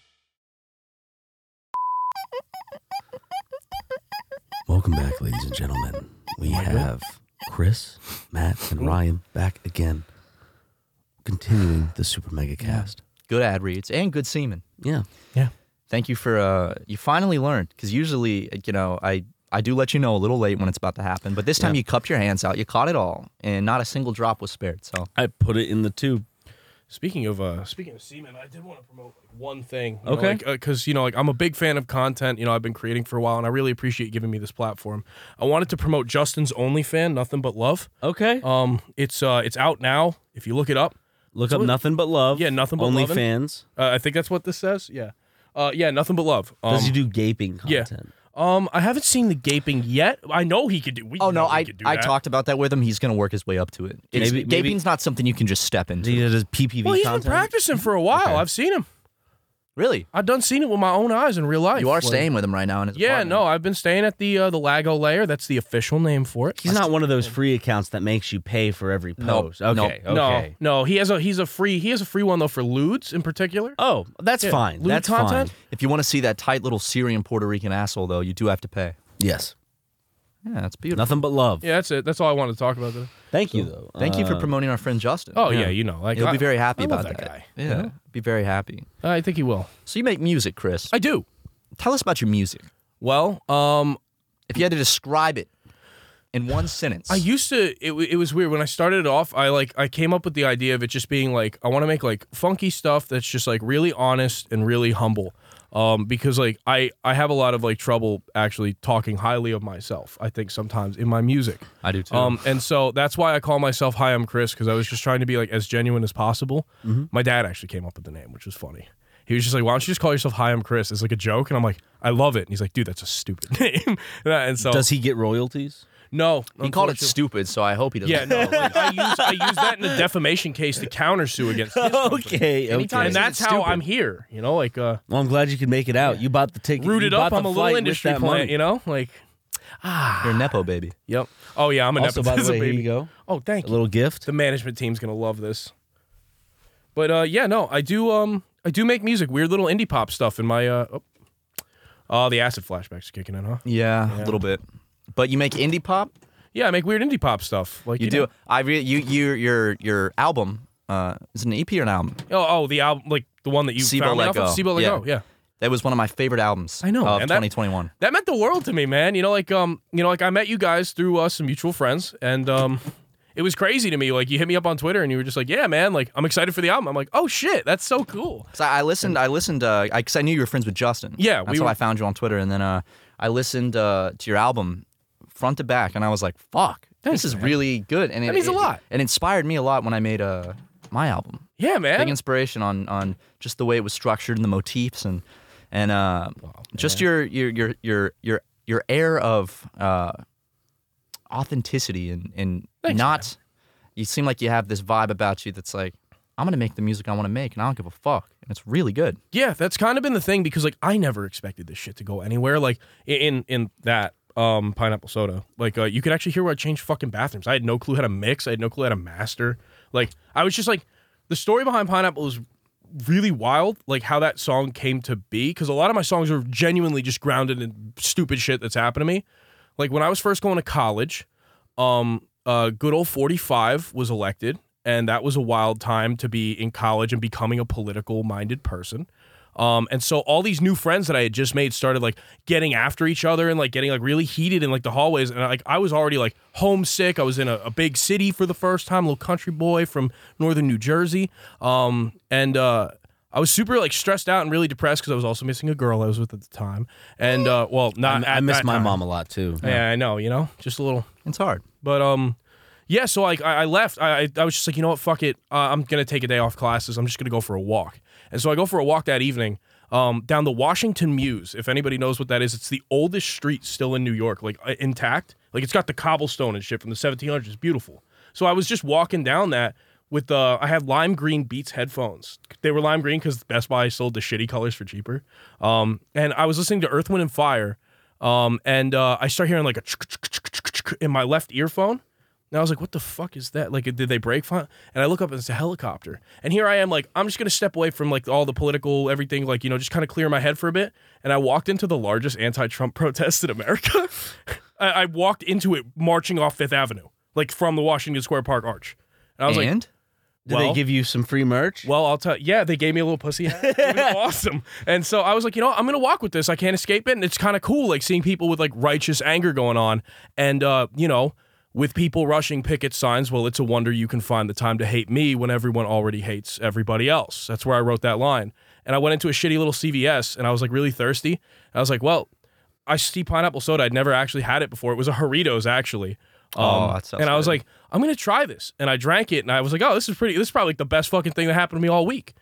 Speaker 1: Welcome back, ladies and gentlemen. We have Chris, Matt, and Ryan back again, continuing the Super Mega Cast.
Speaker 2: Good ad reads and good semen.
Speaker 1: Yeah,
Speaker 2: Thank you for uh, you finally learned because usually you know I I do let you know a little late when it's about to happen, but this time you cupped your hands out, you caught it all, and not a single drop was spared. So
Speaker 1: I put it in the tube.
Speaker 3: Speaking of uh, speaking of semen, I did want to promote like, one thing. you know,
Speaker 1: Okay.
Speaker 3: like, because you know, like I'm a big fan of content. You know, I've been creating for a while, and I really appreciate you giving me this platform. I wanted to promote Justin's OnlyFan, nothing but love.
Speaker 1: Okay,
Speaker 3: Um, it's uh, it's out now. If you look it up,
Speaker 1: look up nothing but love.
Speaker 3: Yeah, Nothing But
Speaker 1: only
Speaker 3: Lovin'.
Speaker 1: fans.
Speaker 3: uh, I think that's what this says. Yeah, uh, yeah, nothing but love. Um,
Speaker 1: Does he do gaping
Speaker 3: yeah.
Speaker 1: content?
Speaker 3: Um, I haven't seen the gaping yet. I know he could do. We
Speaker 2: oh no,
Speaker 3: know he
Speaker 2: I
Speaker 3: could do
Speaker 2: I
Speaker 3: that.
Speaker 2: talked about that with him. He's gonna work his way up to it. It's,
Speaker 1: Maybe- maybe-
Speaker 2: gaping's not something you can just step into.
Speaker 1: Do you does PPV
Speaker 3: Well, he's
Speaker 1: content?
Speaker 3: been practicing for a while. I've seen him.
Speaker 2: Really,
Speaker 3: I've done seen it with my own eyes in real life.
Speaker 2: you are
Speaker 3: Like-
Speaker 2: staying with him right now. In his
Speaker 3: Yeah,
Speaker 2: apartment.
Speaker 3: no, I've been staying at the uh, the Lago Layer. That's the official name for it.
Speaker 1: He's not one of those free accounts that makes you pay for every
Speaker 2: Nope.
Speaker 1: post.
Speaker 2: Nope.
Speaker 1: Okay, okay.
Speaker 3: No, no, he has a he's a free he has a free one though for lewds in particular.
Speaker 1: Oh, that's
Speaker 3: Yeah,
Speaker 1: fine.
Speaker 3: lewd
Speaker 1: That's
Speaker 3: content?
Speaker 1: fine.
Speaker 2: If you want to see that tight little Syrian Puerto Rican asshole, though, you do have to pay.
Speaker 1: Yes,
Speaker 2: Yeah, that's beautiful.
Speaker 1: nothing but love.
Speaker 3: Yeah, that's it. That's all I wanted to talk about. Today.
Speaker 1: Thank you though.
Speaker 2: Thank you for
Speaker 1: Uh,
Speaker 2: promoting our friend Justin.
Speaker 3: Oh yeah, you know, like
Speaker 2: he'll
Speaker 3: I,
Speaker 2: be very happy
Speaker 3: I love
Speaker 2: about
Speaker 3: that guy.
Speaker 2: Yeah, be very happy.
Speaker 3: I think he will.
Speaker 2: So you make music, Chris.
Speaker 3: I do.
Speaker 2: Tell us about your music.
Speaker 3: Well, um,
Speaker 2: If you had to describe it in one sentence,
Speaker 3: I used to. It, wa- it was weird when I started off. I like I came up with the idea of it just being like I want to make like funky stuff that's just like really honest and really humble. Um, because like I I have a lot of like trouble actually talking highly of myself. I think sometimes in my music.
Speaker 2: I do too.
Speaker 3: Um, and so that's why I call myself Hi, I'm Chris because I was just trying to be like as genuine as possible. My dad actually came up with the name, which was funny. He was just like, "Why don't you just call yourself Hi, I'm Chris?" It's like a joke, and I'm like, "I love it." And he's like, "Dude, that's a stupid *laughs* name." and I- and so
Speaker 1: Does he get royalties?
Speaker 3: no,
Speaker 2: he called it
Speaker 3: unfortunately.
Speaker 2: stupid, so I hope he doesn't.
Speaker 3: Yeah, no,
Speaker 1: *laughs*
Speaker 3: like, I use I use that in a defamation case to countersue against. His company.
Speaker 1: *laughs* Okay,
Speaker 2: Anytime
Speaker 3: and
Speaker 2: that-
Speaker 3: that's how I'm here. You know, like uh,
Speaker 1: Well, I'm glad you could make it out. You bought the ticket.
Speaker 3: rooted
Speaker 1: you bought
Speaker 3: up.
Speaker 1: the
Speaker 3: I'm a
Speaker 1: flight
Speaker 3: little
Speaker 1: with
Speaker 3: industry
Speaker 1: that
Speaker 3: plant.
Speaker 1: money.
Speaker 3: You know, like
Speaker 2: You're a nepo baby.
Speaker 3: yep. Oh yeah, I'm a
Speaker 1: Also, by the
Speaker 3: nepotism
Speaker 1: way, here
Speaker 3: baby.
Speaker 1: you go.
Speaker 3: Oh, thank
Speaker 1: A
Speaker 3: you.
Speaker 1: little gift.
Speaker 3: The management team's gonna love this. But uh, yeah, no, I do. Um, I do make music, weird little indie pop stuff in my. Uh, oh, Oh, the acid flashbacks are kicking in, huh?
Speaker 2: *laughs* Yeah, a little bit. But you make indie pop.
Speaker 3: Yeah, I make weird indie pop stuff. Like
Speaker 2: You,
Speaker 3: you,
Speaker 2: do.
Speaker 3: know-
Speaker 2: I re- you your your your album. Uh, is it an EP or an album?
Speaker 3: Oh, oh, the album, like the one that you
Speaker 2: Sibo
Speaker 3: found me
Speaker 2: Let
Speaker 3: off of,
Speaker 2: Go.
Speaker 3: Sibo Let
Speaker 2: Yeah.
Speaker 3: Go. Yeah.
Speaker 2: That was one of my favorite albums.
Speaker 3: I know,
Speaker 2: Of
Speaker 3: man, that-
Speaker 2: 2021.
Speaker 3: that meant the world to me, man. You know, like um, you know, like I met you guys through uh, some mutual friends, and um, *laughs* it was crazy to me. Like you hit me up on Twitter, and you were just like, "Yeah, man, like I'm excited for the album." I'm like, "Oh shit, that's so cool."
Speaker 2: So I listened. I listened because I, 'cause I knew you were friends with Justin.
Speaker 3: Yeah,
Speaker 2: that's
Speaker 3: we
Speaker 2: how
Speaker 3: were-
Speaker 2: I found you on Twitter, and then uh, I listened uh, to your album front to back, and I was like, "Fuck, this is really good." And it,
Speaker 3: means a
Speaker 2: it-
Speaker 3: lot.
Speaker 2: It, inspired me a lot when I made uh, my album.
Speaker 3: Yeah, man.
Speaker 2: Big inspiration on on just the way it was structured and the motifs and and uh, just your your your your your your air of uh, authenticity and and not. You seem like you have this vibe about you that's like. I'm gonna make the music I want to make, and I don't give a fuck. And it's really good.
Speaker 3: yeah, that's kind of been the thing because like I never expected this shit to go anywhere. Like i- in in that um pineapple soda, like uh, you could actually hear where I changed fucking bathrooms. I had no clue how to mix. I had no clue how to master. Like I was just like, the story behind pineapple is really wild, like how that song came to be, because a lot of my songs are genuinely just grounded in stupid shit that's happened to me. Like when I was first going to college, um, uh, good old 45 was elected, and that was a wild time to be in college and becoming a political minded person. Um, and so all these new friends that I had just made started like getting after each other and like getting like really heated in like the hallways. And like I was already like homesick. I was in a, a big city for the first time, little country boy from northern New Jersey. Um, and uh, I was super like stressed out and really depressed because I was also missing a girl I was with at the time. And uh, well, not
Speaker 1: I, I
Speaker 3: at
Speaker 1: miss
Speaker 3: that
Speaker 1: my
Speaker 3: time.
Speaker 1: mom a lot too.
Speaker 3: Yeah, I know. You know, just a little.
Speaker 2: It's hard.
Speaker 3: But um, yeah. So like I, I left. I I- I was just like, you know what? Fuck it. Uh, I'm gonna take a day off classes. I'm just gonna go for a walk. And so I go for a walk that evening. Um, down the Washington Muse. If anybody knows what that is, it's the oldest street still in New York, like uh, intact. Like it's got the cobblestone and shit from the 1700s. It's beautiful. So I was just walking down that with uh, I had lime green Beats headphones. They were lime green because Best Buy sold the shitty colors for cheaper. Um, and I was listening to Earth, Wind, and Fire. Um, and uh, I start hearing like a in my left earphone. And I was like, what the fuck is that? Like, did they break fun? And I look up and it's a helicopter. And here I am, like, I'm just going to step away from like all the political everything, like, you know, just kind of clear my head for a bit. And I walked into the largest anti Trump *laughs* protest in America. *laughs* I-, I walked into it marching off Fifth Avenue, like from the Washington Square Park arch. And I was like,
Speaker 2: and
Speaker 1: Did
Speaker 3: Well-
Speaker 1: they give you some free merch?
Speaker 3: well, I'll tell. Yeah, they gave me a little pussy. *laughs* hat. It was awesome. And so I was like, you know, I'm gonna walk with this. I can't escape it, and it's kind of cool, like seeing people with like righteous anger going on, and uh, you know, with people rushing picket signs. Well, it's a wonder you can find the time to hate me when everyone already hates everybody else. That's where I wrote that line. And I went into a shitty little CVS, and I was like really thirsty. I was like, well, I see pineapple soda. I'd never actually had it before. It was a Doritos, actually. Um,
Speaker 2: Oh, that sounds
Speaker 3: and I was
Speaker 2: good.
Speaker 3: like, I'm gonna try this, and I drank it, and I was like, oh, this is pretty. This is probably like the best fucking thing that happened to me all week.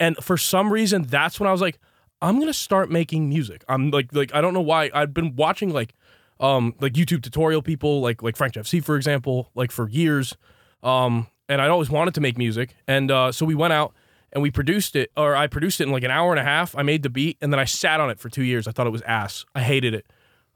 Speaker 3: And for some reason, that's when I was like, I'm gonna start making music. I'm like, like I don't know why. I've been watching like, um, like YouTube tutorial people, like like Frank Jeff C, for example, like for years. Um, and I'd always wanted to make music, and uh, so we went out and we produced it, or I produced it in like an hour and a half. I made the beat, and then I sat on it for two years. I thought it was ass. I hated it.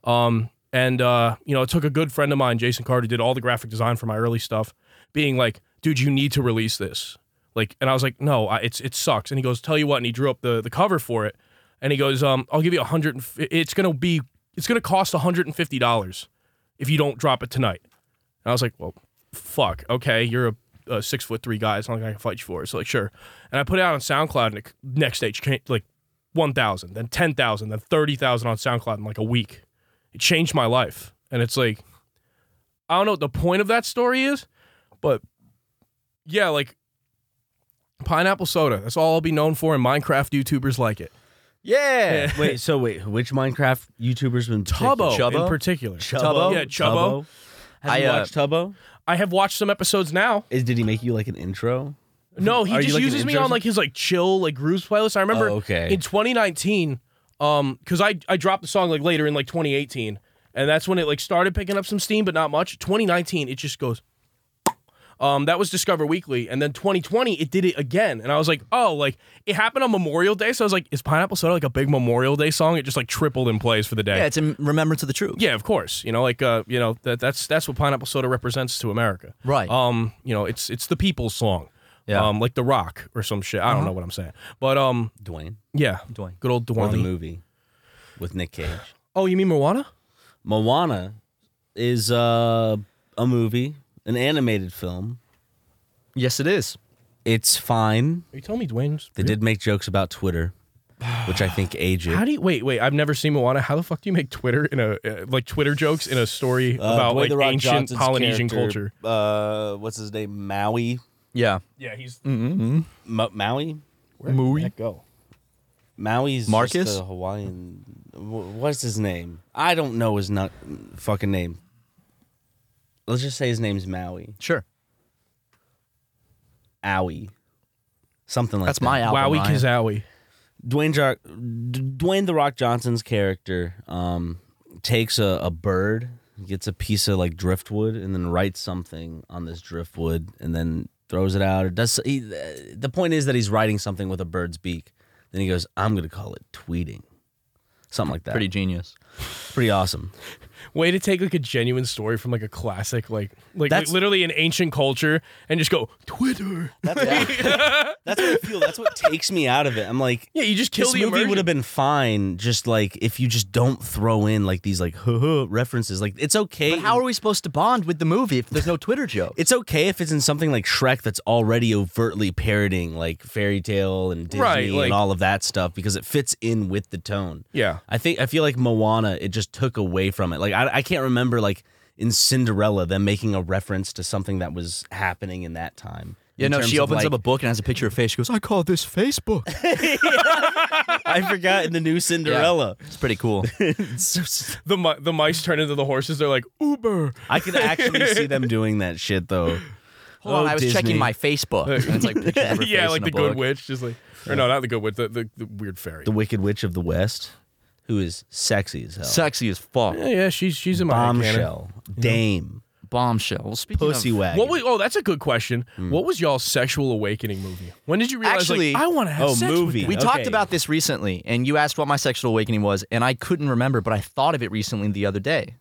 Speaker 3: Um, and uh, you know, it took a good friend of mine, Jason Carter, did all the graphic design for my early stuff, being like, "Dude, you need to release this." Like, and I was like, "No, I, it's it sucks." And he goes, "Tell you what," and he drew up the the cover for it, and he goes, "Um, I'll give you a hundred. and f- It's gonna be, it's gonna cost a hundred and fifty dollars if you don't drop it tonight." And I was like, well, fuck. Okay, you're a, a six foot three guy. It's not like I can fight you for it. So like, sure. And I put it out on SoundCloud, and it, next day, it cha- like one thousand, then ten thousand, then thirty thousand on SoundCloud in like a week. It changed my life, and it's like, I don't know what the point of that story is, but yeah, like pineapple soda. That's all I'll be known for, and Minecraft YouTubers like it.
Speaker 2: Yeah.
Speaker 1: wait, so wait, which Minecraft YouTuber's been
Speaker 3: Tubbo
Speaker 2: Chubbo?
Speaker 3: in particular.
Speaker 1: Tubbo?
Speaker 3: yeah, Chubbo.
Speaker 1: Have you
Speaker 2: I, uh,
Speaker 1: watched Tubbo?
Speaker 3: I have watched some episodes now.
Speaker 1: Is did he make you like an intro?
Speaker 3: No, he
Speaker 1: Are you
Speaker 3: just
Speaker 1: like an
Speaker 3: uses me
Speaker 1: intro or
Speaker 3: on like his like chill like grooves playlist. I remember
Speaker 1: Oh, okay.
Speaker 3: in 2019, um, because I I dropped the song like later in like 2018, and that's when it like started picking up some steam, but not much. 2019, it just goes. Um, that was Discover Weekly, and then 2020, it did it again, and I was like, oh, like it happened on Memorial Day, so I was like, is Pineapple Soda like a big Memorial Day song? It just like tripled in plays for the day.
Speaker 2: Yeah, it's in remembrance of the troops.
Speaker 3: Yeah, of course. You know, like uh, you know that that's that's what pineapple soda represents to America.
Speaker 2: Right.
Speaker 3: Um, you know, it's it's the people's song.
Speaker 2: Yeah.
Speaker 3: Um, like The Rock or some shit. I don't know what I'm saying, but um,
Speaker 1: Uh-huh. Dwayne.
Speaker 3: yeah.
Speaker 2: Dwayne.
Speaker 3: Good old
Speaker 1: Or the
Speaker 3: Dwayne.
Speaker 1: movie with Nick Cage.
Speaker 3: Oh, you mean Moana?
Speaker 1: Moana is uh, a movie, an animated film.
Speaker 2: Yes, it is.
Speaker 1: It's fine.
Speaker 3: Are you telling me Dwayne's?
Speaker 1: They did make jokes about Twitter, which I think age it.
Speaker 3: How do you wait? Wait, I've never seen Moana. How the fuck do you make Twitter in a uh, like Twitter jokes in a story
Speaker 1: Uh,
Speaker 3: about
Speaker 1: Dwayne
Speaker 3: like
Speaker 1: The Rock
Speaker 3: ancient
Speaker 1: Johnson's
Speaker 3: Polynesian
Speaker 1: character, Uh, what's his name? Maui.
Speaker 2: Yeah.
Speaker 3: Yeah, he's
Speaker 2: Mm-hmm.
Speaker 1: Ma- Maui.
Speaker 2: Maui.
Speaker 3: go.
Speaker 1: Maui's just
Speaker 2: Marcus?
Speaker 1: a Hawaiian. wh- What's his name? I don't know his not fucking name. Let's just say his name's Maui.
Speaker 2: Sure.
Speaker 1: Owie. Something like
Speaker 2: That's
Speaker 1: that.
Speaker 2: my album.
Speaker 3: Wowie
Speaker 2: Ryan.
Speaker 3: Kazowie.
Speaker 1: Dwayne, jo- D- Dwayne the Rock Johnson's character um, takes a, a bird, gets a piece of like driftwood, and then writes something on this driftwood, and then throws it out. Or does he, uh, the point is that he's writing something with a bird's beak? Then he goes, "I'm going to call it tweeting," something like that.
Speaker 2: Pretty genius.
Speaker 1: pretty awesome.
Speaker 3: Way to take like a genuine story from like a classic, like like, like
Speaker 1: That's-
Speaker 3: literally an ancient culture, and just go Twitter.
Speaker 1: That's, that's what I feel. That's what takes me out of it. I'm like,
Speaker 3: Yeah, you just kill
Speaker 1: this
Speaker 3: the
Speaker 1: movie
Speaker 3: immersion.
Speaker 1: would have been fine, just like if you just don't throw in like these like *laughs* references. Like it's okay.
Speaker 2: But how are we supposed to bond with the movie if there's no Twitter joke?
Speaker 1: it's okay if it's in something like Shrek that's already overtly parroting like fairy tale and Disney
Speaker 3: Right, like-
Speaker 1: and all of that stuff because it fits in with the tone.
Speaker 3: Yeah.
Speaker 1: I think I feel like Moana it just took away from it. Like I, I can't remember like in Cinderella them making a reference to something that was happening in that time.
Speaker 2: You
Speaker 1: In
Speaker 2: know,
Speaker 1: terms
Speaker 2: she
Speaker 1: of,
Speaker 2: opens
Speaker 1: like-
Speaker 2: up a book and has a picture of face. She goes, I call this Facebook.
Speaker 1: *laughs* I forgot in the new Cinderella.
Speaker 2: It's pretty cool.
Speaker 3: The mi- the mice turn into the horses. They're like Uber.
Speaker 1: I
Speaker 2: *laughs*
Speaker 1: could actually see them doing that shit though.
Speaker 2: Hold on,
Speaker 1: Oh,
Speaker 2: I was
Speaker 1: Disney.
Speaker 2: checking my Facebook. And it's like pictures of
Speaker 3: *laughs*
Speaker 2: her
Speaker 3: yeah,
Speaker 2: face
Speaker 3: like
Speaker 2: in
Speaker 3: the
Speaker 2: a book.
Speaker 3: Good Witch, just like or no, not the Good Witch, the, the, the weird fairy.
Speaker 1: the Wicked Witch of the West, who is sexy as hell.
Speaker 2: Sexy as fuck.
Speaker 3: yeah, yeah, she's she's in my head canon.
Speaker 1: Bombshell, dame,
Speaker 2: Bombshell. Well, speaking
Speaker 1: pussy
Speaker 2: of,
Speaker 1: wagon.
Speaker 3: What was? Oh, that's a good question.
Speaker 1: Hmm.
Speaker 3: What was y'all's sexual awakening movie? When did you realize?
Speaker 2: Actually-
Speaker 3: like, I want to have
Speaker 1: Oh,
Speaker 3: sex with
Speaker 1: movie.
Speaker 3: that?
Speaker 2: We
Speaker 1: Okay.
Speaker 2: talked about this recently, and you asked what my sexual awakening was, and I couldn't remember, but I thought of it recently the other day,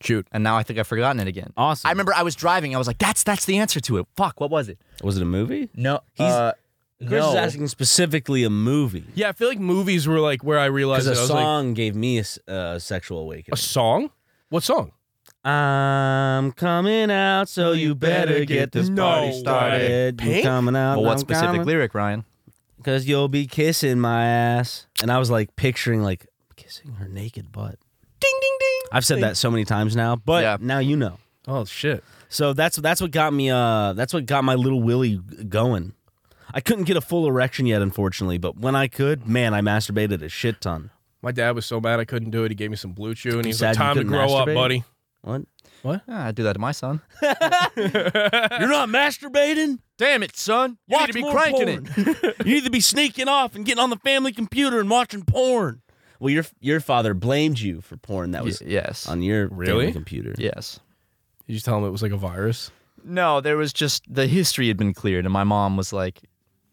Speaker 3: Shoot.
Speaker 2: and now I think I've forgotten it again.
Speaker 1: Awesome.
Speaker 2: I remember I was driving. I was like, "That's that's the answer to it." Fuck, what was it?
Speaker 1: Was it a movie?
Speaker 2: No,
Speaker 1: He's-
Speaker 2: uh,
Speaker 1: Chris
Speaker 2: no.
Speaker 1: is asking specifically a movie
Speaker 3: Yeah, I feel like movies were like where I
Speaker 1: because
Speaker 3: realized
Speaker 1: a
Speaker 3: it. I was like
Speaker 1: song gave me a s- uh, sexual
Speaker 3: a
Speaker 1: awakening.
Speaker 3: song. What song?
Speaker 1: I'm coming out, so you better get this
Speaker 3: No
Speaker 1: party
Speaker 3: way.
Speaker 1: started. You're
Speaker 3: Pink?
Speaker 1: coming out.
Speaker 2: Well, what specific lyric, Ryan?
Speaker 1: Because you'll be kissing my ass, and I was like picturing like kissing her naked butt.
Speaker 3: Ding ding ding.
Speaker 1: I've said that so many times now, but
Speaker 2: Yeah.
Speaker 1: now you know.
Speaker 3: Oh shit.
Speaker 1: So that's that's what got me. Uh, that's what got my little Willy going. I couldn't get a full erection yet, unfortunately, but when I could, man, I masturbated a shit ton.
Speaker 3: My dad was so mad I couldn't do it. He gave me some blue chew and he's
Speaker 1: Sad
Speaker 3: like,
Speaker 1: you
Speaker 3: "Time to
Speaker 1: couldn't
Speaker 3: grow up,
Speaker 1: masturbate?
Speaker 3: buddy."
Speaker 1: What?
Speaker 2: Ah, I do that to my son.
Speaker 1: *laughs* You're not masturbating.
Speaker 2: Damn it, son! You
Speaker 1: Watch more porn.
Speaker 2: *laughs*
Speaker 1: you need to be sneaking off and getting on the family computer and watching porn. Well, your your father blamed you for porn that was
Speaker 2: yes,
Speaker 1: on your family
Speaker 3: Really?
Speaker 1: computer.
Speaker 2: yes.
Speaker 3: Did you tell him it was like a virus?
Speaker 2: No, there was just the history had been cleared, and my mom was like,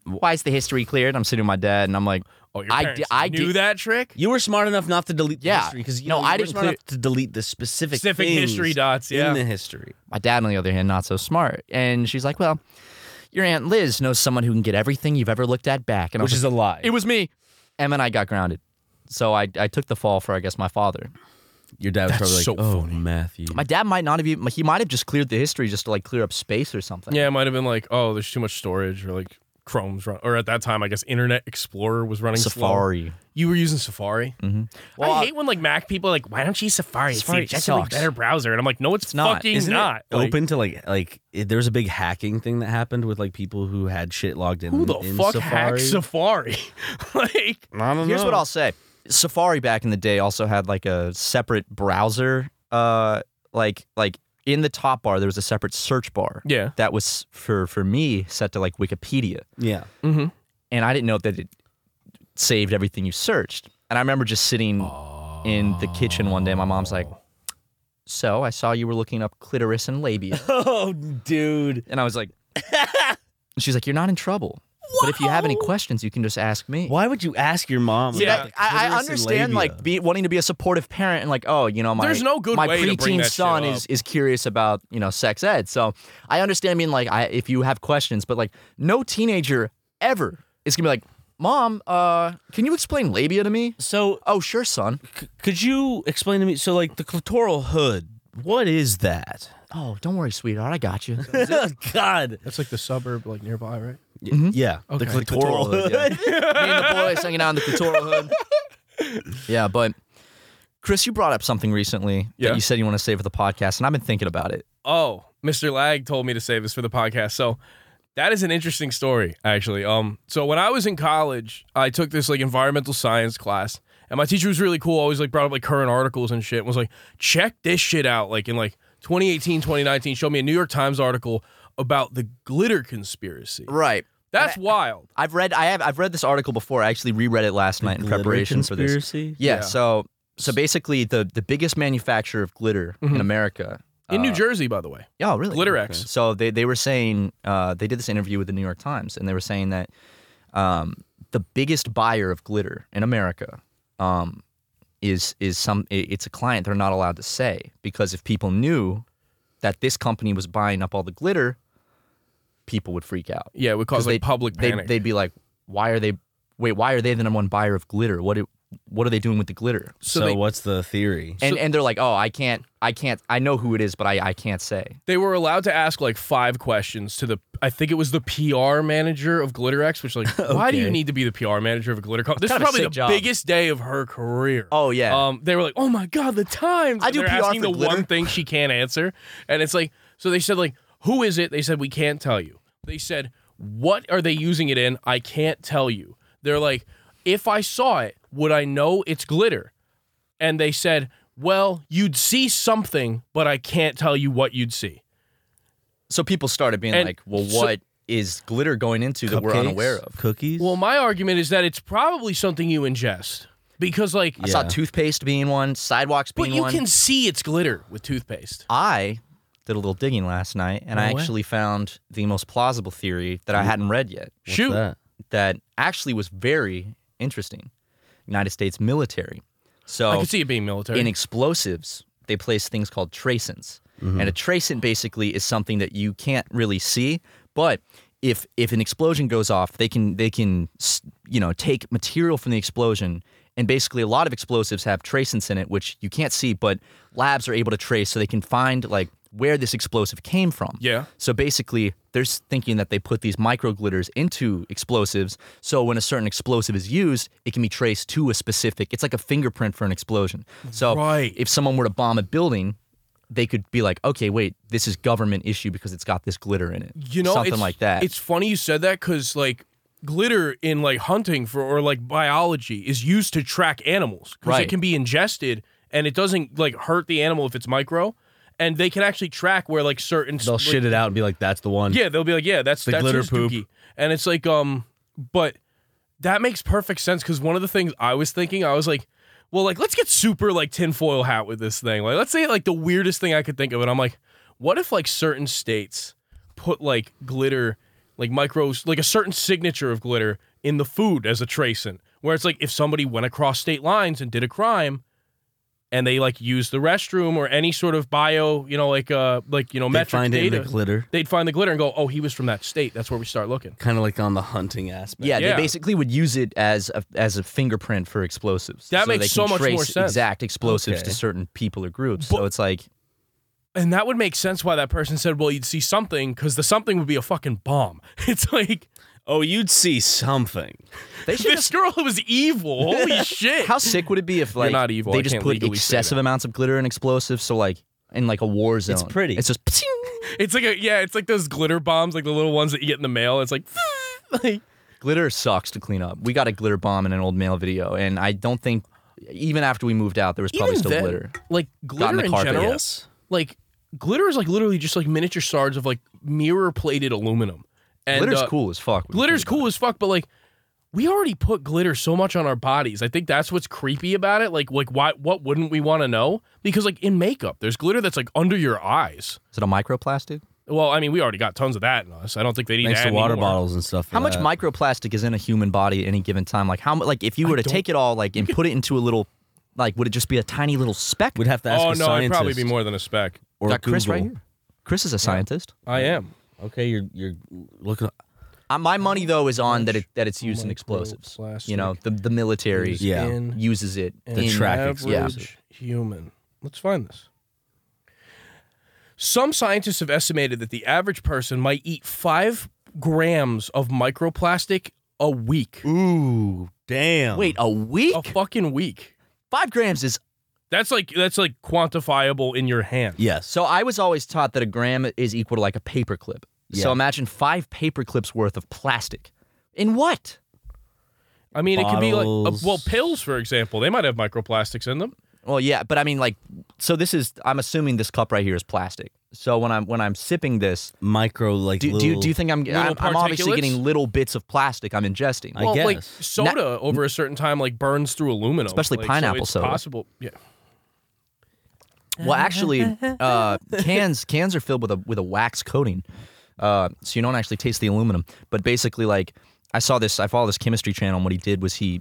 Speaker 2: "Why is the history cleared?" I'm sitting with my dad, and I'm like,
Speaker 3: Oh, your
Speaker 2: I
Speaker 3: parents
Speaker 2: di- I
Speaker 3: knew
Speaker 2: di-
Speaker 3: that trick.
Speaker 1: You were smart enough not to delete the
Speaker 2: Yeah.
Speaker 1: history because you
Speaker 2: No,
Speaker 1: know, you
Speaker 2: I
Speaker 1: were
Speaker 2: didn't
Speaker 1: smart
Speaker 2: clear-
Speaker 1: enough to delete the specific
Speaker 3: Specific
Speaker 1: things
Speaker 3: history dots, yeah.
Speaker 1: in the history.
Speaker 2: My dad, on the other hand, not so smart. And she's like, Well, your Aunt Liz knows someone who can get everything you've ever looked at back. And I
Speaker 1: Which
Speaker 2: was
Speaker 1: is a
Speaker 2: like,
Speaker 1: lie.
Speaker 2: It was me. Em and I got grounded. So I, I took the fall for, I guess, my father.
Speaker 1: Your dad was probably like,
Speaker 3: so
Speaker 1: "Oh, Matthew,
Speaker 2: My dad might not have even, he might have just cleared the history just to like clear up space or something.
Speaker 3: Yeah, it might have been like, "Oh, there's too much storage," or like Chrome's run, or at that time, I guess Internet Explorer was running slow.
Speaker 2: Safari.
Speaker 3: You were using Safari. Mm-hmm. I hate when like Mac people are like, why don't you use Safari?
Speaker 2: Safari
Speaker 3: it's such a like,
Speaker 2: sucks."
Speaker 3: better browser. And I'm like, no, it's,
Speaker 2: not.
Speaker 3: fucking
Speaker 1: Isn't it
Speaker 3: not. Like,
Speaker 1: *laughs* open to like like it, there was a big hacking thing that happened with like people who had shit logged in.
Speaker 3: Who the
Speaker 1: in
Speaker 3: fuck
Speaker 1: Safari.
Speaker 3: hacks Safari? *laughs* like,
Speaker 2: Here's what I'll say Safari back in the day also had like a separate browser, uh, like, like, in the top bar, there was a separate search bar.
Speaker 3: Yeah.
Speaker 2: That was for for me set to like Wikipedia.
Speaker 1: Yeah,
Speaker 2: and I didn't know that it saved everything you searched. And I remember just sitting in the kitchen one day. My mom's like, "So I saw you were looking up clitoris and labia,"
Speaker 1: Oh, dude.
Speaker 2: and I was like, and "She's like, you're not in trouble. But if you have any questions, you can just ask me."
Speaker 1: Why would you ask your mom?
Speaker 3: Yeah.
Speaker 1: about the
Speaker 2: I, I
Speaker 1: clitoris and
Speaker 2: understand
Speaker 1: labia?
Speaker 2: like be, wanting to be a supportive parent and like oh you know my
Speaker 3: There's no good
Speaker 2: my
Speaker 3: way to
Speaker 2: preteen
Speaker 3: bring that shit
Speaker 2: son
Speaker 3: up.
Speaker 2: is is curious about you know sex ed so I understand being like I if you have questions but like no teenager ever is gonna be like mom uh can you explain labia to me
Speaker 1: so.
Speaker 2: oh sure son
Speaker 1: C- could you explain to me? So like the clitoral hood. What is that?
Speaker 2: oh don't worry sweetheart I got you
Speaker 1: God.
Speaker 3: that's like the suburb, like nearby, right?
Speaker 1: Mm-hmm. Yeah. The
Speaker 3: Okay.
Speaker 1: clitoral hood.
Speaker 2: yeah. me and the boys hanging out in the clitoral hood *laughs* yeah but Chris you brought up something recently
Speaker 3: Yeah.
Speaker 2: that you said you want to save for the podcast and I've been thinking about it
Speaker 3: Oh, Mr. Lag told me to save this for the podcast. So that is an interesting story, actually. Um, so when I was in college, I took this like environmental science class, and my teacher was really cool. Always like brought up like current articles and shit. And was like, check this shit out. Like in like 2018, 2019, showed me a New York Times article about the glitter conspiracy.
Speaker 2: right
Speaker 3: That's wild.
Speaker 2: I've read I have I've read this article before. I actually reread it last night in
Speaker 1: Glitter
Speaker 2: preparation for this.
Speaker 1: conspiracy?
Speaker 2: Yeah,
Speaker 3: Yeah.
Speaker 2: so so basically the the biggest manufacturer of glitter
Speaker 1: Mm-hmm.
Speaker 2: in America.
Speaker 3: In
Speaker 2: Uh,
Speaker 3: New Jersey, by the way.
Speaker 2: Oh, really?
Speaker 3: GlitterX.
Speaker 2: So they they were saying uh, they did this interview with the New York Times and they were saying that um, the biggest buyer of glitter in America um, is is some i- it's a client they're not allowed to say because if people knew that this company was buying up all the glitter people would freak out.
Speaker 3: Yeah, it would cause
Speaker 2: 'Cause
Speaker 3: like
Speaker 2: they'd-
Speaker 3: public
Speaker 2: they'd,
Speaker 3: panic.
Speaker 2: They'd be like, "Why are they? Wait, why are they the number one buyer of glitter? What? do- what are they doing with the glitter?"
Speaker 1: So,
Speaker 3: they-
Speaker 1: what's the theory?
Speaker 2: And and they're like, "Oh, I can't, I can't, I know who it is, but I, I can't say."
Speaker 3: they were allowed to ask like five questions to the I think it was the PR manager of GlitterX, which
Speaker 2: *laughs*
Speaker 3: like why do you
Speaker 1: Okay.
Speaker 3: need to be the PR manager of a glitter company? This is
Speaker 2: Kind of a
Speaker 3: probably
Speaker 2: sick
Speaker 3: the
Speaker 2: job.
Speaker 3: biggest day of her career.
Speaker 2: Oh, yeah.
Speaker 3: Um, they were like, oh my god, the times.
Speaker 2: I
Speaker 3: And
Speaker 2: do
Speaker 3: they're
Speaker 2: PR
Speaker 3: asking
Speaker 2: for
Speaker 3: the
Speaker 2: glitter.
Speaker 3: one thing she can't answer, and it's like so they said like who is it? They said we can't tell you. They said what are they using it in? I can't tell you. They're like if I saw it, would I know it's glitter? And they said, well, you'd see something, but I can't tell you what you'd see.
Speaker 2: So people started being
Speaker 3: And
Speaker 2: like, "Well, what is
Speaker 3: so-
Speaker 2: glitter going into that we're
Speaker 1: Cupcakes?
Speaker 2: unaware of?"
Speaker 1: Cookies?
Speaker 3: Well, my argument is that it's probably something you ingest because, like,
Speaker 2: I saw
Speaker 1: Yeah.
Speaker 2: toothpaste being one, sidewalks
Speaker 3: but
Speaker 2: being
Speaker 3: you
Speaker 2: one.
Speaker 3: can see it's glitter with toothpaste.
Speaker 2: I did a little digging last night, and I
Speaker 3: way.
Speaker 2: actually found the most plausible theory that I hadn't read yet.
Speaker 1: What's
Speaker 3: Shoot.
Speaker 1: that?
Speaker 2: that actually was very interesting. United States military.
Speaker 3: I
Speaker 2: So
Speaker 3: could see it being military.
Speaker 2: in explosives, they place things called tracants. And a tracant basically is something that you can't really see, but if if an explosion goes off, they can they can s- you know take material from the explosion and basically a lot of explosives have tracants in it which you can't see, but labs are able to trace so they can find like where this explosive came from.
Speaker 3: Yeah.
Speaker 2: So basically, they're s- thinking that they put these micro glitters into explosives. So when a certain explosive is used, it can be traced to a specific. It's like a fingerprint for an explosion. So
Speaker 3: Right.
Speaker 2: if someone were to bomb a building, they could be like, okay, wait, this is government issue because it's got this glitter in it.
Speaker 3: you know,
Speaker 2: something
Speaker 3: it's-
Speaker 2: like that.
Speaker 3: It's funny you said that because, like, glitter in like hunting for or like biology is used to track animals because it
Speaker 2: Right.
Speaker 3: can be ingested and it doesn't like hurt the animal if it's micro, and they can actually track where like certain
Speaker 1: They'll
Speaker 3: like,
Speaker 1: shit it out and be like, that's the one.
Speaker 3: Yeah, they'll be like, yeah, that's
Speaker 1: The
Speaker 3: that's
Speaker 1: glitter
Speaker 3: his
Speaker 1: poop.
Speaker 3: dookie. and it's like, um, but that makes perfect sense because one of the things I was thinking, I was like, well, like let's get super like tinfoil hat with this thing. Like, let's say like the weirdest thing I could think of, and I'm like, what if like certain states put like glitter, like micros, like a certain signature of glitter in the food as a tracant, where it's like if somebody went across state lines and did a crime. And they like use the restroom or any sort of bio, you know, like uh, like you know,
Speaker 1: They
Speaker 3: metric
Speaker 1: find it in
Speaker 3: data
Speaker 1: the glitter.
Speaker 3: they'd find the glitter and go, "Oh, he was from that state." That's where we start looking.
Speaker 1: Kind of like on the hunting aspect.
Speaker 2: yeah,
Speaker 3: yeah.
Speaker 2: they basically would use it as a, as a fingerprint for explosives.
Speaker 3: That
Speaker 2: so
Speaker 3: makes
Speaker 2: they
Speaker 3: so
Speaker 2: can
Speaker 3: much
Speaker 2: trace
Speaker 3: more sense.
Speaker 2: Exact explosives
Speaker 1: Okay.
Speaker 2: to certain people or groups. so
Speaker 3: But-
Speaker 2: it's like
Speaker 3: And that would make sense why that person said, "Well, you'd see something," because the something would be a fucking bomb. *laughs* It's like
Speaker 1: Oh, you'd see something.
Speaker 2: they should
Speaker 3: this girl was evil.
Speaker 2: *laughs*
Speaker 3: Holy shit!
Speaker 2: How sick would it be if like
Speaker 3: not evil, I
Speaker 2: they just
Speaker 3: can't
Speaker 2: put
Speaker 3: legally say
Speaker 2: excessive
Speaker 3: that.
Speaker 2: amounts of glitter and explosives? So like in like a war zone,
Speaker 1: pretty.
Speaker 2: It's just
Speaker 3: It's like a yeah, it's like those glitter bombs, like the little ones that you get in the mail. It's like, *laughs* like
Speaker 2: glitter sucks to clean up. We got a glitter bomb in an old mail video, and I don't think even after we moved out, there was probably
Speaker 3: even
Speaker 2: still
Speaker 3: then,
Speaker 2: glitter.
Speaker 3: like
Speaker 2: Got in
Speaker 3: glitter
Speaker 2: the
Speaker 3: in
Speaker 2: carpet,
Speaker 3: general,
Speaker 2: yes.
Speaker 3: like glitter is like literally just like miniature shards of like mirror plated aluminum. And,
Speaker 2: Glitter's
Speaker 3: uh,
Speaker 2: cool as fuck. when you
Speaker 3: Glitter's
Speaker 2: think about
Speaker 3: cool as fuck, but like we already put glitter so much on our bodies. I think that's what's creepy about it. Like like why what wouldn't we want to know? Because like in makeup, there's glitter that's like under your eyes.
Speaker 2: it. Is it a microplastic?
Speaker 3: Well, I mean, we already got tons of that in us. I don't think they need
Speaker 1: Thanks
Speaker 3: to
Speaker 1: to
Speaker 3: add
Speaker 1: water
Speaker 3: any more.
Speaker 1: bottles and stuff. for
Speaker 2: How much
Speaker 1: that.
Speaker 2: microplastic is in a human body at any given time? Like how mu- like if you were to take it all like and put it into a little like would it just be a tiny little speck?
Speaker 1: We'd have to ask
Speaker 3: Oh
Speaker 1: a
Speaker 3: no, it'd
Speaker 1: scientist.
Speaker 3: probably be more than a speck.
Speaker 1: Or
Speaker 2: Got Chris right
Speaker 1: Google.
Speaker 2: here. Chris is a scientist.
Speaker 3: I am.
Speaker 1: Okay, you're you're looking.
Speaker 2: Uh, my money though is on that it that it's used in explosives. You know, the the military
Speaker 1: Yeah.
Speaker 3: In
Speaker 2: uses it
Speaker 3: an
Speaker 2: in
Speaker 1: track
Speaker 3: average
Speaker 2: explosive.
Speaker 3: human. Let's find this. Some scientists have estimated that the average person might eat five grams of microplastic a week.
Speaker 1: Ooh, damn.
Speaker 2: Wait, a week?
Speaker 1: Oh,
Speaker 3: a fucking week.
Speaker 2: Five grams is
Speaker 3: That's like that's like quantifiable in your hand.
Speaker 1: Yes.
Speaker 2: so. I was always taught that a gram is equal to like a paperclip.
Speaker 1: Yeah.
Speaker 2: So imagine five paperclips worth of plastic. In what?
Speaker 3: I mean, it could be like
Speaker 1: Bottles.
Speaker 3: uh, well, pills for example, they might have microplastics in them.
Speaker 2: Well, yeah, but I mean, like, so this is. I'm assuming this cup right here is plastic. So when I'm when I'm sipping this,
Speaker 1: Micro like
Speaker 2: do, do, you,
Speaker 1: little,
Speaker 2: do you think I'm
Speaker 3: little
Speaker 2: I'm, I'm obviously
Speaker 3: particulates?
Speaker 2: getting little bits of plastic I'm ingesting?
Speaker 1: I
Speaker 3: well,
Speaker 1: guess.
Speaker 3: like soda over a certain time like burns through aluminum,
Speaker 2: Especially
Speaker 3: Like, so
Speaker 2: pineapple
Speaker 3: it's
Speaker 2: soda.
Speaker 3: Possible, yeah.
Speaker 2: Well, actually,
Speaker 3: *laughs*
Speaker 2: uh, cans cans are filled with a with a wax coating, uh, so you don't actually taste the aluminum. But basically, like I saw this, I follow this chemistry channel, and what he did was he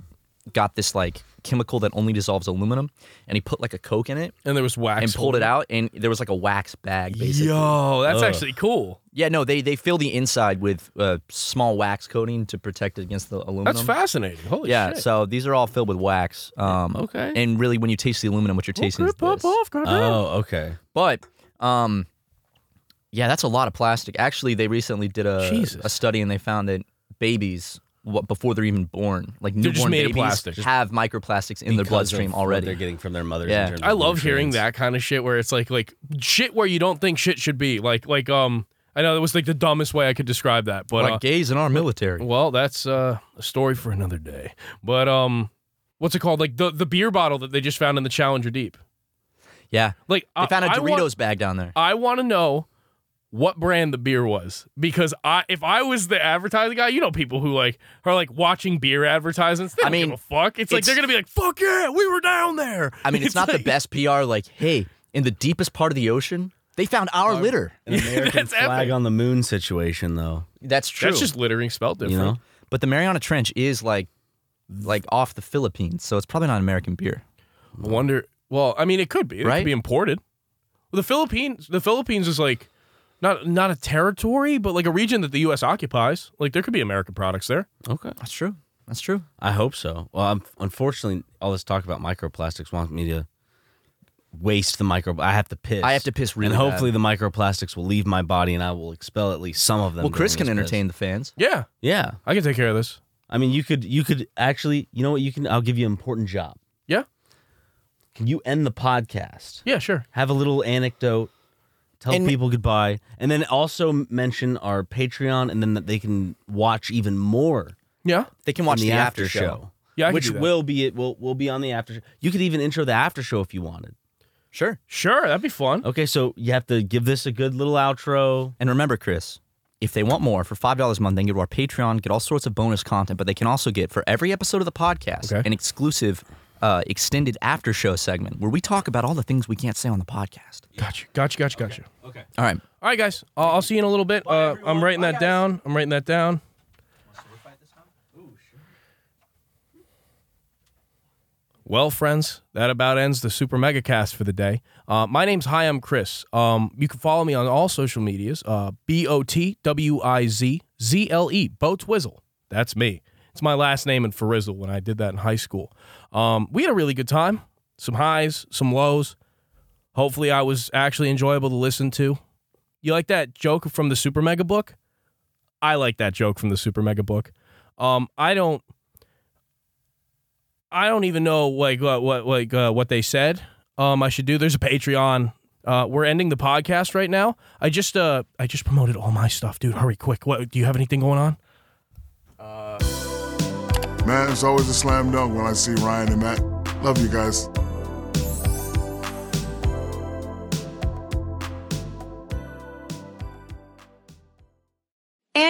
Speaker 2: got this like chemical that only dissolves aluminum, and he put like a coke in it
Speaker 3: And there was wax.
Speaker 2: and pulled it out, and there was like a wax bag basically.
Speaker 3: Yo, that's
Speaker 1: Ugh.
Speaker 3: actually cool.
Speaker 2: Yeah, no, they they fill the inside with uh, small wax coating to protect it against the aluminum.
Speaker 3: That's fascinating. Holy
Speaker 2: Yeah,
Speaker 3: shit.
Speaker 2: so these are all filled with wax. Um,
Speaker 3: okay.
Speaker 2: And really, when you taste the aluminum, what you're tasting is
Speaker 3: Gonna pop
Speaker 2: this.
Speaker 3: off, gonna burn.
Speaker 1: Oh, okay.
Speaker 2: But, um, yeah, that's a lot of plastic. Actually, they recently did a
Speaker 3: Jesus.
Speaker 2: a study and they found that babies, what, before they're even born, like
Speaker 3: They're
Speaker 2: newborn
Speaker 3: just made of
Speaker 2: babies,
Speaker 3: plastic.
Speaker 2: have microplastics in their
Speaker 1: Because of
Speaker 2: bloodstream
Speaker 1: what They're
Speaker 2: already.
Speaker 1: getting from their mothers.
Speaker 2: Yeah.
Speaker 1: in terms
Speaker 3: I
Speaker 1: of
Speaker 3: love hearing
Speaker 1: nutrients.
Speaker 3: that kind of shit where it's like like shit where you don't think shit should be. Like like um I know that was like the dumbest way I could describe that, but uh,
Speaker 2: like gays in our military.
Speaker 3: well, that's uh, a story for another day. But um what's it called? Like the the beer bottle that they just found in the Challenger Deep.
Speaker 2: Yeah,
Speaker 3: Like
Speaker 2: they
Speaker 3: I,
Speaker 2: found a
Speaker 3: I
Speaker 2: Doritos
Speaker 3: want-
Speaker 2: bag down there.
Speaker 3: I want to know what brand the beer was because I if I was the advertising guy, you know people who like are like watching beer advertisements. They
Speaker 2: I
Speaker 3: don't
Speaker 2: mean,
Speaker 3: give a fuck. It's, like
Speaker 2: it's-
Speaker 3: they're gonna be like, "Fuck yeah, we were down there."
Speaker 2: I
Speaker 3: *laughs*
Speaker 2: mean, it's, not the
Speaker 3: like-
Speaker 2: best PR. Like, hey, in the deepest part of the ocean, they found our
Speaker 3: Um,
Speaker 2: litter.
Speaker 3: *laughs*
Speaker 1: An American
Speaker 3: that's
Speaker 1: flag
Speaker 3: epic.
Speaker 1: on the moon situation, though.
Speaker 2: That's true.
Speaker 3: That's just littering spelled different.
Speaker 1: You know,
Speaker 2: But the Mariana Trench is like like off the Philippines, so it's probably not American beer.
Speaker 3: I wonder. Well, I mean, it could be. It
Speaker 2: Right?
Speaker 3: could be imported. The Philippines. The Philippines is like not not a territory, but like a region that the U.S. occupies. Like there could be American products there.
Speaker 1: okay.
Speaker 2: That's true. That's true.
Speaker 1: I hope so. Well, I'm, unfortunately, all this talk about microplastics wants me to waste the micro. I have to piss.
Speaker 2: I have to piss really
Speaker 1: and hopefully the microplastics will leave my body, and I will expel at least some of them.
Speaker 2: well, Chris
Speaker 1: during
Speaker 2: can
Speaker 1: this
Speaker 2: entertain
Speaker 1: piss.
Speaker 2: the fans.
Speaker 3: Yeah,
Speaker 1: Yeah,
Speaker 3: I can take care of this.
Speaker 1: I mean, you could, you could actually, you know what? You can. I'll give you an important job.
Speaker 3: Yeah,
Speaker 1: Can you end the podcast?
Speaker 3: yeah, sure.
Speaker 1: have a little anecdote, tell people goodbye, and then also mention our Patreon, and then that they can watch even more.
Speaker 3: Yeah,
Speaker 2: They can
Speaker 1: in
Speaker 2: watch
Speaker 1: the, after show.
Speaker 3: Yeah, I could
Speaker 1: which
Speaker 3: do that.
Speaker 1: will be it. Will will be on the after. show. You could even intro the after show if you wanted.
Speaker 2: Sure.
Speaker 3: sure. That'd be fun.
Speaker 1: Okay, so you have to give this a good little outro.
Speaker 2: And remember, Chris, if they want more for five dollars a month, they can go to our Patreon, get all sorts of bonus content, but they can also get for every episode of the podcast
Speaker 3: Okay.
Speaker 2: an exclusive uh, extended after show segment where we talk about all the things we can't say on the podcast.
Speaker 3: Gotcha, gotcha, gotcha, gotcha.
Speaker 2: All right.
Speaker 3: All right, guys. I'll, I'll see you in a little bit. Uh, I'm writing that down. I'm writing that down. Well, friends, that about ends the Super Mega Cast for the day. Uh, my name's Hi, I'm Chris. Um, you can follow me on all social medias: uh, B O T W I Z Z L E. Bo Twizzle. That's me. It's my last name in Farizzle when I did that in high school. Um, we had a really good time. Some highs, some lows. Hopefully, I was actually enjoyable to listen to. You like that joke from the Super Mega Book? I like that joke from the Super Mega Book. Um, I don't. I don't even know like what what like uh, what they said. Um, I should do. There's a Patreon. Uh, we're ending the podcast right now. I just uh I just promoted all my stuff, dude. Hurry, quick. What do you have anything going on?
Speaker 4: Man, it's always a slam dunk when I see Ryan and Matt. Love you guys.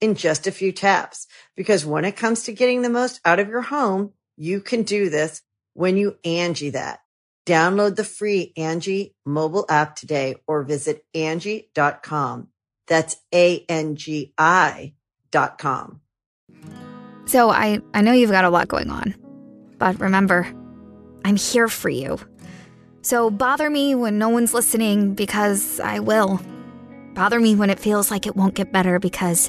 Speaker 5: in just a few taps. Because when it comes to getting the most out of your home, you can do this when you Angie that. Download the free Angie mobile app today or visit Angie.com. That's A-N-G-I dot com.
Speaker 6: So I, I know you've got a lot going on, but remember, I'm here for you. So bother me when no one's listening because I will. Bother me when it feels like it won't get better because